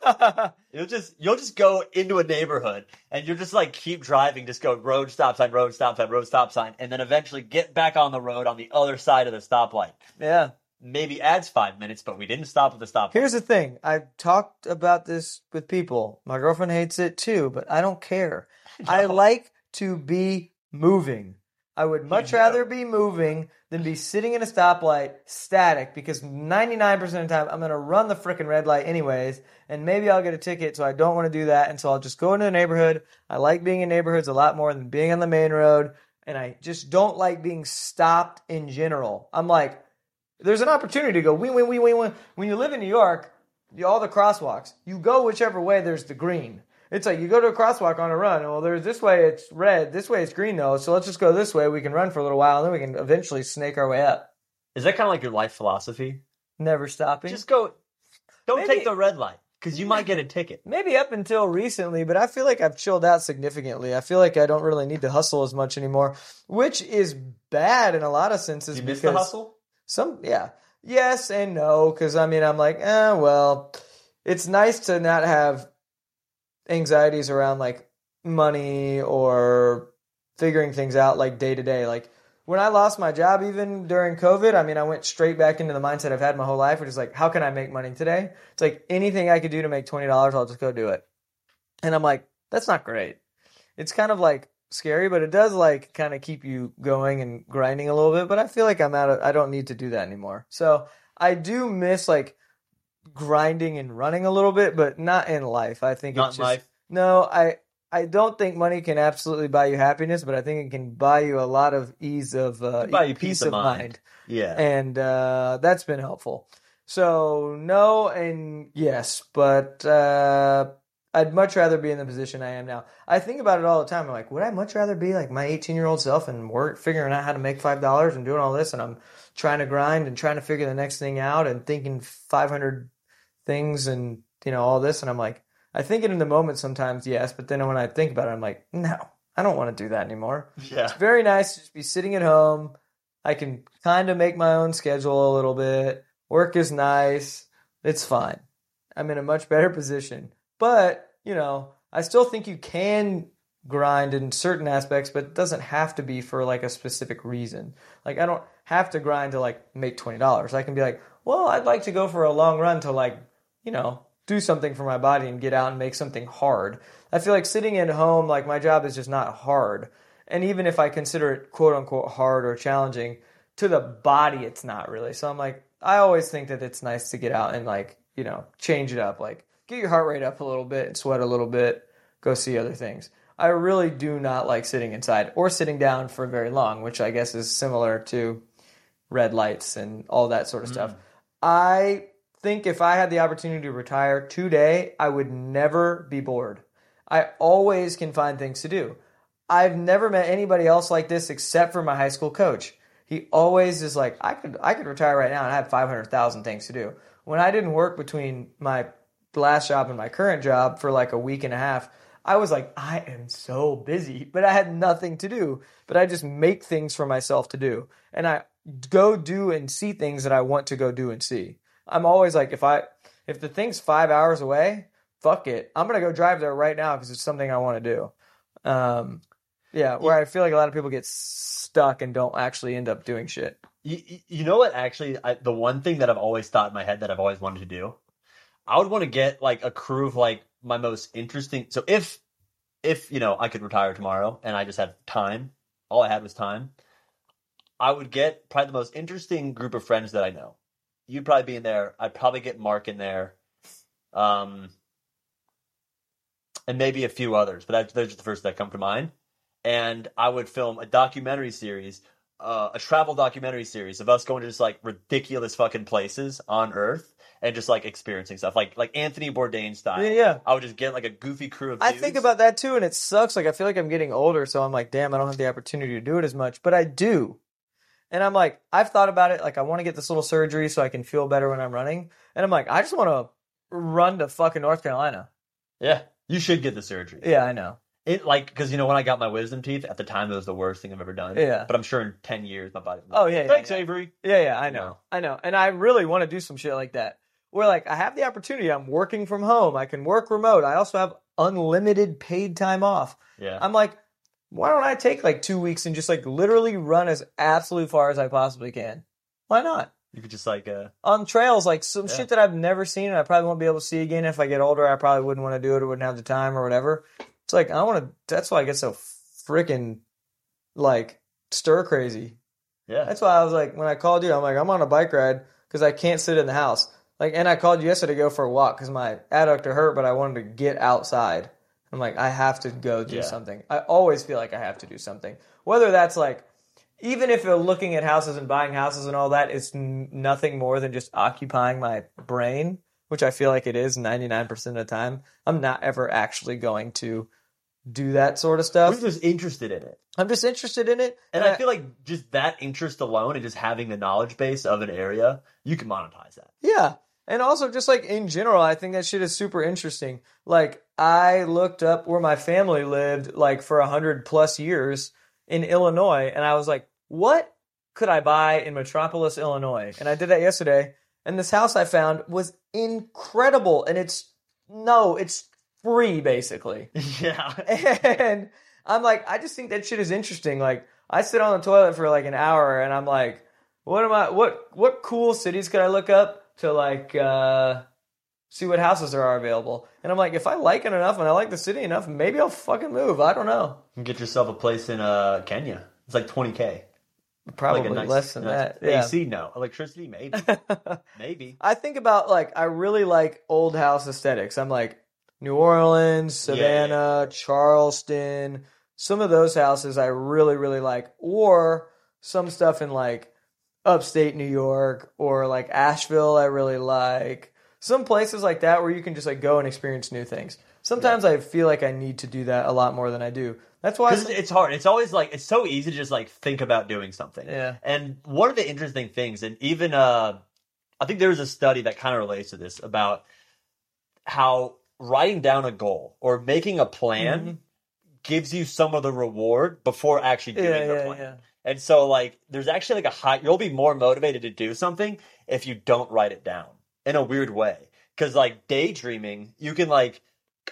Speaker 1: You'll just you'll just go into a neighborhood and you'll just like keep driving, just go road stop sign, road stop sign, road stop sign, and then eventually get back on the road on the other side of the stoplight.
Speaker 2: yeah.
Speaker 1: Maybe adds five minutes, but we didn't stop at the stoplight.
Speaker 2: Here's the thing. I've talked about this with people. My girlfriend hates it too, but I
Speaker 1: *laughs*
Speaker 2: don't care. I
Speaker 1: No.
Speaker 2: like to be moving. I would much
Speaker 1: do.
Speaker 2: rather be moving than be sitting in a stoplight static because 99% of the time I'm going to run the freaking red light anyways and maybe I'll get a ticket so I don't want to do that and so I'll just go into the neighborhood. I like being in neighborhoods a lot more than being on the main road and I just don't like being stopped in general. I'm like there's an opportunity to go win win win win win. When you live in New York, you, all the crosswalks, you go whichever way there's the green. It's like you go to a crosswalk on a run. Well, there's this way it's red, this way it's green though. So let's just go this way. We can run for a little while, and then we can eventually snake our way up.
Speaker 1: Is that kind of like your life philosophy?
Speaker 2: Never stopping.
Speaker 1: Just go. Don't
Speaker 2: Maybe-
Speaker 1: take the red light because you might get a ticket.
Speaker 2: Maybe up until recently, but I feel like I've chilled out significantly. I feel like I don't really need to hustle as much anymore, which is bad in a lot of senses.
Speaker 1: Did you miss the
Speaker 2: because-
Speaker 1: hustle?
Speaker 2: Some, yeah. Yes and no, because I mean, I'm like, eh, well, it's nice to not have anxieties around like money or figuring things out like day to day. Like when I lost my job, even during COVID, I mean, I went straight back into the mindset I've had my whole life, which is like, how can I make money today? It's like anything I could do to make $20, I'll just go do it. And I'm like, that's not great. It's kind of like scary, but it does like kind of keep you going and grinding a little bit. But I feel like I'm out of, I don't need to do that anymore. So I do miss like grinding and running a little bit, but not in life. I think
Speaker 1: Not
Speaker 2: it's
Speaker 1: in
Speaker 2: just,
Speaker 1: life.
Speaker 2: no, I I don't think money can absolutely buy you happiness, but I think it can buy you a lot of ease of uh,
Speaker 1: can buy you peace of mind. Yeah.
Speaker 2: and uh, that's been helpful. So no and yes, but uh, I'd much rather be in the position I am now. I think about it all the time. I'm like, would I much rather be like my 18 year old self and work figuring out how to make five dollars and doing all this, and I'm trying to grind and trying to figure the next thing out and thinking 500 things and you know all this, and I'm like, I think it in the moment sometimes, yes, but then when I think about it, I'm like, no, I don't want to do that anymore
Speaker 1: *laughs* yeah.
Speaker 2: it's very nice to just be sitting at home. I can kind of make my own schedule a little bit. Work is nice. It's fine. I'm in a much better position. But, you know, I still think you can grind in certain aspects, but it doesn't have to be for like a specific reason. Like I don't have to grind to like make $20. I can be like, "Well, I'd like to go for a long run to like, you know, do something for my body and get out and make something hard." I feel like sitting at home like my job is just not hard. And even if I consider it quote unquote hard or challenging, to the body it's not really. So I'm like I always think that it's nice to get out and like, you know, change it up, like get your heart rate up a little bit, sweat a little bit, go see other things. I really do not like sitting inside or sitting down for very long, which I guess is similar to red lights and all that sort of stuff. I think if I had the opportunity to retire today, I would never be bored. I always can find things to do. I've never met anybody else like this except for my high school coach. He always is like, I could I could retire right now and I have five hundred thousand things to do. When I didn't work between my last job and my current job for like a week and a half, I was like, I am so busy, *laughs* but I had nothing to do. But I just make things for myself to do. And I go do and see things that I want to go do and see. I'm always like, if I if the thing's five hours away, fuck it. I'm gonna go drive there right now because it's something I want to do. Um, yeah, where I feel like a lot of people get stuck and don't actually end up doing shit.
Speaker 1: You, you- you know what? Actually, I, the one thing that I've always thought in my head that I've always wanted to do, I would want to get like a crew of like my most interesting. So if if you know I could retire tomorrow and I just had time, all I had was time, I would get probably the most interesting group of friends that I know. You'd probably be in there. I'd probably get Mark in there, um, and maybe a few others. But that, those are the first that come to mind. And I would film a documentary series, uh, a travel documentary series of us going to just like ridiculous fucking places on Earth and just like experiencing stuff, like like Anthony Bourdain style.
Speaker 2: Yeah, yeah.
Speaker 1: I would just get like a goofy crew of.
Speaker 2: I
Speaker 1: dudes.
Speaker 2: think about that too, and it sucks. Like I feel like I'm getting older, so I'm like, damn, I don't have the opportunity to do it as much, but I do. And I'm like, I've thought about it. Like I want to get this little surgery so I can feel better when I'm running. And I'm like, I just want to run to fucking North Carolina.
Speaker 1: Yeah, you should get the surgery.
Speaker 2: Yeah, I know.
Speaker 1: It like because you know when I got my wisdom teeth at the time it was the worst thing I've ever done.
Speaker 2: Yeah.
Speaker 1: But I'm sure in ten years my body.
Speaker 2: Oh, yeah, yeah,
Speaker 1: Thanks,
Speaker 2: yeah.
Speaker 1: Avery.
Speaker 2: Yeah, yeah, I know,
Speaker 1: No.
Speaker 2: I know. And I really want to do some shit like that. Where like I have the opportunity. I'm working from home. I can work remote. I also have unlimited paid time off.
Speaker 1: Yeah.
Speaker 2: I'm like, why don't I take like two weeks and just like literally run as absolute far as I possibly can? Why not?
Speaker 1: you could just like uh
Speaker 2: On trails, like some
Speaker 1: Yeah.
Speaker 2: shit that I've never seen and I probably won't be able to see again if I get older. I probably wouldn't want to do it or wouldn't have the time or whatever. It's like, I want to, that's why I get so freaking like stir crazy.
Speaker 1: yeah.
Speaker 2: That's why I was like, when I called you, I'm like, I'm on a bike ride because I can't sit in the house. Like, and I called you yesterday to go for a walk because my adductor hurt, but I wanted to get outside. I'm like, I have to go do
Speaker 1: Yeah.
Speaker 2: something. I always feel like I have to do something. Whether that's like, even if you're looking at houses and buying houses and all that, it's n- nothing more than just occupying my brain, which I feel like it is 99% of the time. I'm not ever actually going to do that sort of
Speaker 1: We're
Speaker 2: stuff.
Speaker 1: just interested in it,
Speaker 2: I'm just interested in it.
Speaker 1: and I feel like just that interest alone and just having the knowledge base of an area, you can monetize that. *laughs*
Speaker 2: Yeah. And also, just like in general, I think that shit is super interesting. Like, I looked up where my family lived, like, for a 100 plus years in Illinois, and I was like, what could I buy in Metropolis, Illinois? And I did that yesterday, and this house I found was incredible. And it's no, it's free, basically.
Speaker 1: yeah.
Speaker 2: And I'm like, I just think that shit is interesting. Like, I sit on the toilet for like an hour, and I'm like, what am I? What what cool cities could I look up to like uh, see what houses there are available? And I'm like, if I like it enough and I like the city enough, maybe I'll fucking move. I don't know.
Speaker 1: You can get yourself a place in uh Kenya. It's like twenty k.
Speaker 2: Probably
Speaker 1: like a nice,
Speaker 2: less than
Speaker 1: nice-
Speaker 2: that. Yeah.
Speaker 1: AC no, electricity
Speaker 2: *laughs*
Speaker 1: maybe, maybe.
Speaker 2: I think about like I really like old house aesthetics. I'm like New Orleans,
Speaker 1: Yeah, yeah, yeah.
Speaker 2: Savannah, Charleston. Some of those houses I really really like, or some stuff in like upstate New York or like Asheville. I really like some places like that where you can just like go and experience new things. Sometimes I feel like I need to do that a lot more than I do. That's why.
Speaker 1: Because it's hard. It's always like it's so easy to just like think about doing something.
Speaker 2: Yeah.
Speaker 1: And one of the interesting things, and even uh, I think there was a study that kind of relates to this about how writing down a goal or making a plan
Speaker 2: Mm-hmm.
Speaker 1: gives you some of the reward before actually doing
Speaker 2: yeah,
Speaker 1: the
Speaker 2: yeah,
Speaker 1: plan.
Speaker 2: yeah.
Speaker 1: And so like there's actually like a high you'll be more motivated to do something if you don't write it down in a weird way. Cause like daydreaming, you can like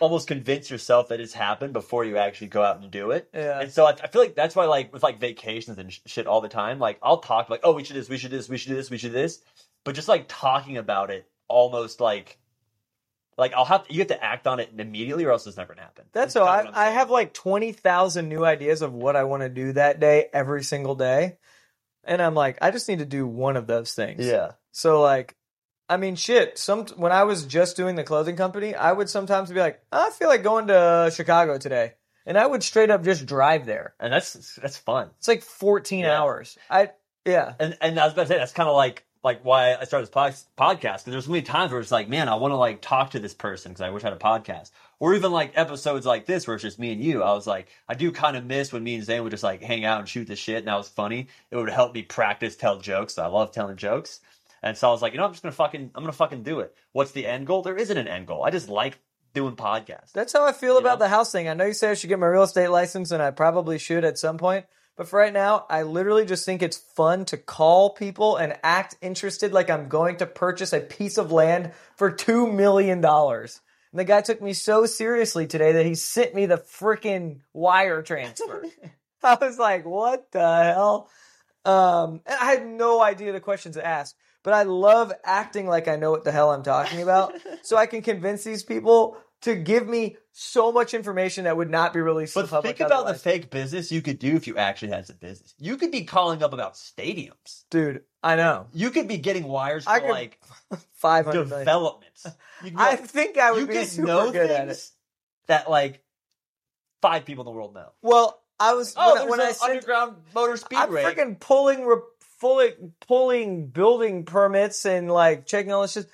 Speaker 1: almost convince yourself that it's happened before you actually go out and do it.
Speaker 2: Yeah.
Speaker 1: And so I, I feel like that's why like with like vacations and sh- shit all the time, like I'll talk like, oh we should do this, we should do this, we should do this, we should do this. But just like talking about it almost like like I'll have to, you have to act on it immediately or else it's never gonna happen.
Speaker 2: That's
Speaker 1: It's
Speaker 2: so
Speaker 1: kinda what I'm
Speaker 2: I, I
Speaker 1: saying.
Speaker 2: have like 20,000 new ideas of what I want to do that day every single day. And I'm like, I just need to do one of those things.
Speaker 1: Yeah.
Speaker 2: So like, I mean, shit. Some when I was just doing the clothing company, I would sometimes be like, I feel like going to Chicago today, and I would straight up just drive there.
Speaker 1: And that's that's fun.
Speaker 2: It's like 14
Speaker 1: Yeah.
Speaker 2: hours. I yeah.
Speaker 1: and and I was about to say that's kind of like like why I started this pod- podcast. And there's so many times where it's like, man, I want to like talk to this person because I wish I had a podcast, or even like episodes like this where it's just me and you. I was like, I do kind of miss when me and Zane would just like hang out and shoot the shit, and that was funny. It would help me practice tell jokes. I love telling jokes, and so I was like, you know, I'm just gonna fucking I'm gonna fucking do it. What's the end goal? There isn't an end goal. I just like doing podcasts.
Speaker 2: That's how I feel about
Speaker 1: know?
Speaker 2: the house thing. I know you say I should get my real estate license, and I probably should at some point. But for right now, I literally just think it's fun to call people and act interested like I'm going to purchase a piece of land for $2 million. And the guy took me so seriously today that he sent me the freaking wire transfer. *laughs* I was like, what the hell? Um, and I had no idea the questions to ask, but I love acting like I know what the hell I'm talking about so I can convince these people to give me so much information that would not be released to the
Speaker 1: But
Speaker 2: public.
Speaker 1: think about the
Speaker 2: otherwise.
Speaker 1: fake business you could do if you actually had a business. You could be calling up about stadiums.
Speaker 2: dude. I know
Speaker 1: You could be getting wires for
Speaker 2: I could-
Speaker 1: like
Speaker 2: five hundred million. *laughs*
Speaker 1: developments. You could be
Speaker 2: I
Speaker 1: like-
Speaker 2: think I would
Speaker 1: you
Speaker 2: be
Speaker 1: could
Speaker 2: *laughs* super
Speaker 1: know
Speaker 2: good at it.
Speaker 1: things that like five people in the world know.
Speaker 2: Well, I was
Speaker 1: Oh,
Speaker 2: when,
Speaker 1: there's
Speaker 2: when
Speaker 1: an
Speaker 2: I sent
Speaker 1: underground motor
Speaker 2: I'm
Speaker 1: speedway.
Speaker 2: freaking pulling, re- pulling, pulling building permits and like checking all this shit.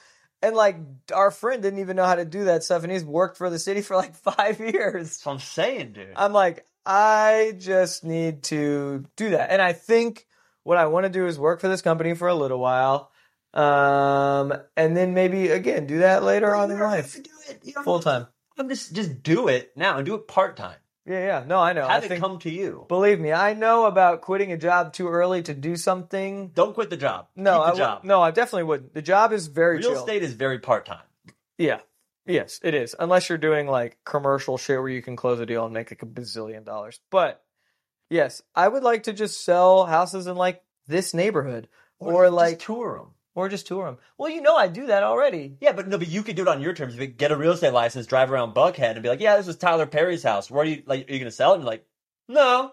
Speaker 2: And like our friend didn't even know how to do that stuff, and he's worked for the city for like *laughs* five years.
Speaker 1: That's what I'm saying, dude.
Speaker 2: I'm like, I just need to do that, and I think what I want to do is work for this company for a little while, um, and then maybe again do that later on in life, full time.
Speaker 1: I'm just just do it now and do it part time.
Speaker 2: Yeah, yeah. No, I know. I
Speaker 1: Have it
Speaker 2: think,
Speaker 1: come to you.
Speaker 2: believe me, I know about quitting a job too early to do something
Speaker 1: Don't quit the job.
Speaker 2: No,
Speaker 1: Keep
Speaker 2: I wou-
Speaker 1: the job.
Speaker 2: no, I definitely wouldn't. The job is very
Speaker 1: Real
Speaker 2: chill.
Speaker 1: estate is very part time.
Speaker 2: Yeah, yes, it is. Unless you're doing like commercial shit where you can close a deal and make like a bazillion dollars. But yes, I would like to just sell houses in like this neighborhood Or like-
Speaker 1: tour them.
Speaker 2: or just tour them. Well, you know, I do that already.
Speaker 1: Yeah, but no, but you could do it on your terms. But get a real estate license, drive around Buckhead, and be like, "Yeah, this was Tyler Perry's house. Where are you? Like, are you going to sell it?" And you're like, "No,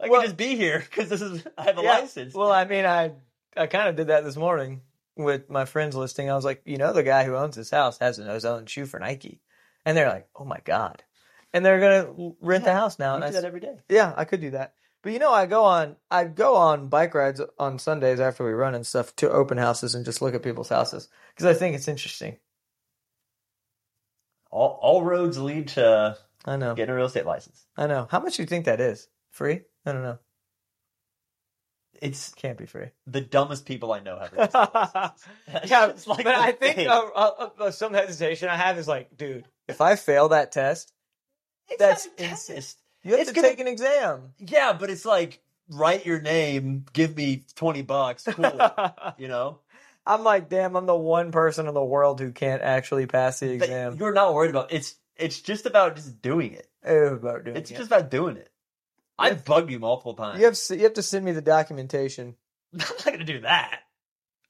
Speaker 1: I
Speaker 2: Well-
Speaker 1: can just be here *laughs* because this is I have a
Speaker 2: Yeah.
Speaker 1: license."
Speaker 2: Well, I mean, I I kind of did that this morning with my friends listing. I was like, you know, the guy who owns this house has his own shoe for Nike, and they're like, oh my god, and they're gonna rent the house now.
Speaker 1: you
Speaker 2: and I
Speaker 1: do
Speaker 2: s-
Speaker 1: that every day.
Speaker 2: Yeah, I could do that. But you know, I go on I go on bike rides on Sundays after we run and stuff to open houses and just look at people's houses because I think it's interesting.
Speaker 1: All, all roads lead to
Speaker 2: I know,
Speaker 1: getting a real estate license.
Speaker 2: I know. How much do you think that is? Free? I don't know.
Speaker 1: It's
Speaker 2: Can't
Speaker 1: *laughs*
Speaker 2: be free.
Speaker 1: the dumbest people I know have. a real estate license.
Speaker 2: *laughs* yeah,
Speaker 1: Yeah, it's *laughs* like
Speaker 2: but
Speaker 1: the
Speaker 2: I think
Speaker 1: thing.
Speaker 2: uh, uh, uh, some hesitation I have is like, dude, if I fail that test, That's
Speaker 1: not a test.
Speaker 2: you have
Speaker 1: It's
Speaker 2: to
Speaker 1: gonna-
Speaker 2: take an exam.
Speaker 1: Yeah, but it's like write your name, give me twenty bucks, cool. you know,
Speaker 2: *laughs* I'm like, damn, I'm the one person in the world who can't actually pass the
Speaker 1: But
Speaker 2: exam.
Speaker 1: you're not worried about it's. It's just about just doing it.
Speaker 2: Oh, about doing
Speaker 1: It's
Speaker 2: it.
Speaker 1: just about doing it. I
Speaker 2: Yes.
Speaker 1: bugged you multiple times.
Speaker 2: you have s- you have to send me the documentation.
Speaker 1: *laughs* I'm not gonna do that.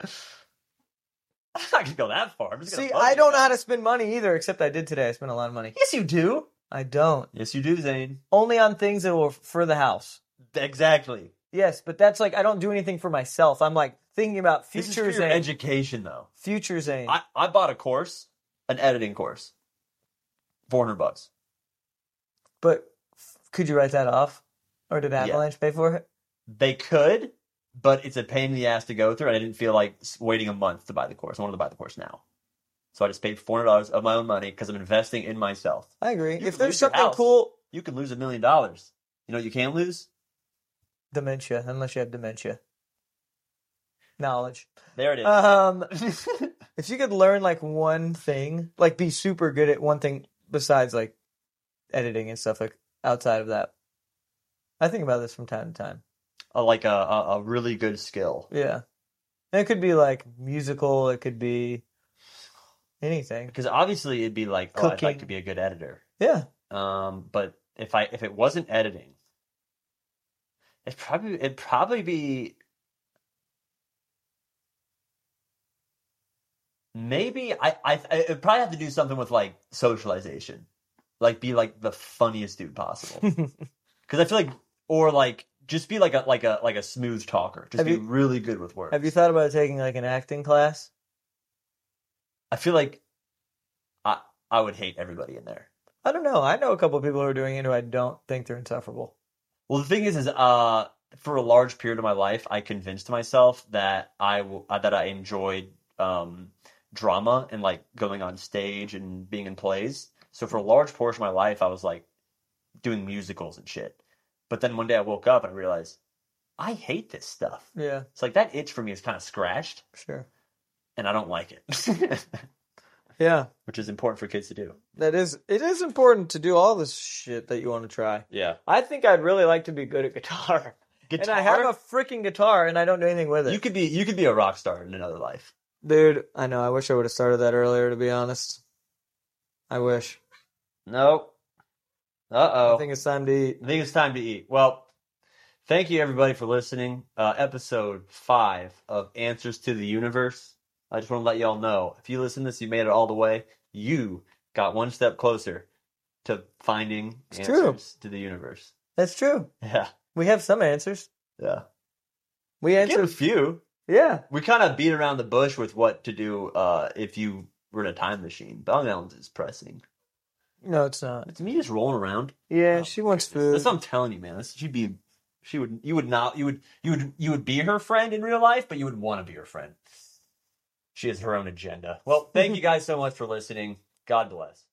Speaker 1: I'm not gonna go that far. I'm just gonna
Speaker 2: See,
Speaker 1: bug
Speaker 2: I
Speaker 1: you.
Speaker 2: don't know how to spend money either, except I did today. I spent a lot of money.
Speaker 1: Yes, you do.
Speaker 2: I don't.
Speaker 1: Yes, you do, Zane.
Speaker 2: Only on things that were for the house.
Speaker 1: Exactly.
Speaker 2: Yes, but that's like I don't do anything for myself. I'm like thinking about
Speaker 1: This is for
Speaker 2: future
Speaker 1: your
Speaker 2: Zane.
Speaker 1: education, though.
Speaker 2: future Zane.
Speaker 1: I, I bought a course, an editing course, four hundred bucks.
Speaker 2: but f- could you write that off, or did
Speaker 1: Yeah.
Speaker 2: Avalanche pay for it?
Speaker 1: They could, but it's a pain in the ass to go through, and I didn't feel like s- waiting a month to buy the course. I wanted to buy the course now, so I just paid four hundred dollars of my own money because I'm investing in myself.
Speaker 2: I agree.
Speaker 1: You
Speaker 2: if
Speaker 1: could
Speaker 2: there's
Speaker 1: lose your
Speaker 2: something
Speaker 1: house.
Speaker 2: cool,
Speaker 1: You can lose a million dollars. You know what you can lose
Speaker 2: dementia, unless you have dementia, knowledge.
Speaker 1: there it is.
Speaker 2: Um,
Speaker 1: Uh,
Speaker 2: if you could learn like one thing, like be super good at one thing besides like editing and stuff like outside of that. I think about this from time to time.
Speaker 1: *laughs* a, like a, a a really good skill.
Speaker 2: Yeah. And it could be like musical, it could be anything.
Speaker 1: because obviously it'd be like oh, I'd like to
Speaker 2: Cooking.
Speaker 1: be a good editor.
Speaker 2: Yeah. *laughs*
Speaker 1: Um, but if I if it wasn't editing, it probably it'd probably be maybe I I I- it'd probably have to do something with like socialization, like be like the funniest dude possible. Because I feel like or like just be like a like a like a smooth talker. Just
Speaker 2: Have
Speaker 1: be
Speaker 2: you-
Speaker 1: really good with words.
Speaker 2: Have you thought about taking like an acting class?
Speaker 1: I feel like I I would hate everybody in there.
Speaker 2: I don't know. I know a couple of people who are doing it who I don't think they're insufferable.
Speaker 1: Well, the thing is, is uh, for a large period of my life, I convinced myself that I w- uh, that I enjoyed um, drama and like going on stage and being in plays. So for a large portion of my life, I was like doing musicals and shit. But then one day I woke up and I realized I hate this stuff.
Speaker 2: Yeah,
Speaker 1: It's like that itch for me is kind of scratched,
Speaker 2: sure.
Speaker 1: and I don't like *laughs* it,
Speaker 2: Yeah.
Speaker 1: which is important for kids to do.
Speaker 2: That is it is important to do all this shit that you want to try.
Speaker 1: Yeah,
Speaker 2: I think I'd really like to be good at guitar.
Speaker 1: guitar.
Speaker 2: And I have a freaking guitar and I don't do anything with it.
Speaker 1: you could be you could be a rock star in another life.
Speaker 2: Dude, I know. I wish I would have started that earlier, to be honest. I wish.
Speaker 1: No. Uh oh.
Speaker 2: I think it's time to eat.
Speaker 1: I think it's time to eat. Well, thank you everybody for listening. Uh, episode five of Answers to the Universe. I just want to let y'all know if you listen to this, you made it all the way. You got one step closer to finding
Speaker 2: It's true.
Speaker 1: answers to the universe. *laughs*
Speaker 2: That's true.
Speaker 1: Yeah,
Speaker 2: We have some answers.
Speaker 1: yeah.
Speaker 2: We
Speaker 1: Get a
Speaker 2: answer.
Speaker 1: few.
Speaker 2: Yeah.
Speaker 1: We kind of beat around the bush with what to do uh, if you were in a time machine. Bong Ellen's is pressing.
Speaker 2: No, it's not.
Speaker 1: It's me just rolling around.
Speaker 2: Yeah,
Speaker 1: Oh,
Speaker 2: she wants food.
Speaker 1: That's what I'm telling you, man. That's, she'd be, she would, you would not, you would, you would, you would be her friend in real life, but you would want to be her friend. She has her own agenda. Well, thank you guys so much for listening. God bless.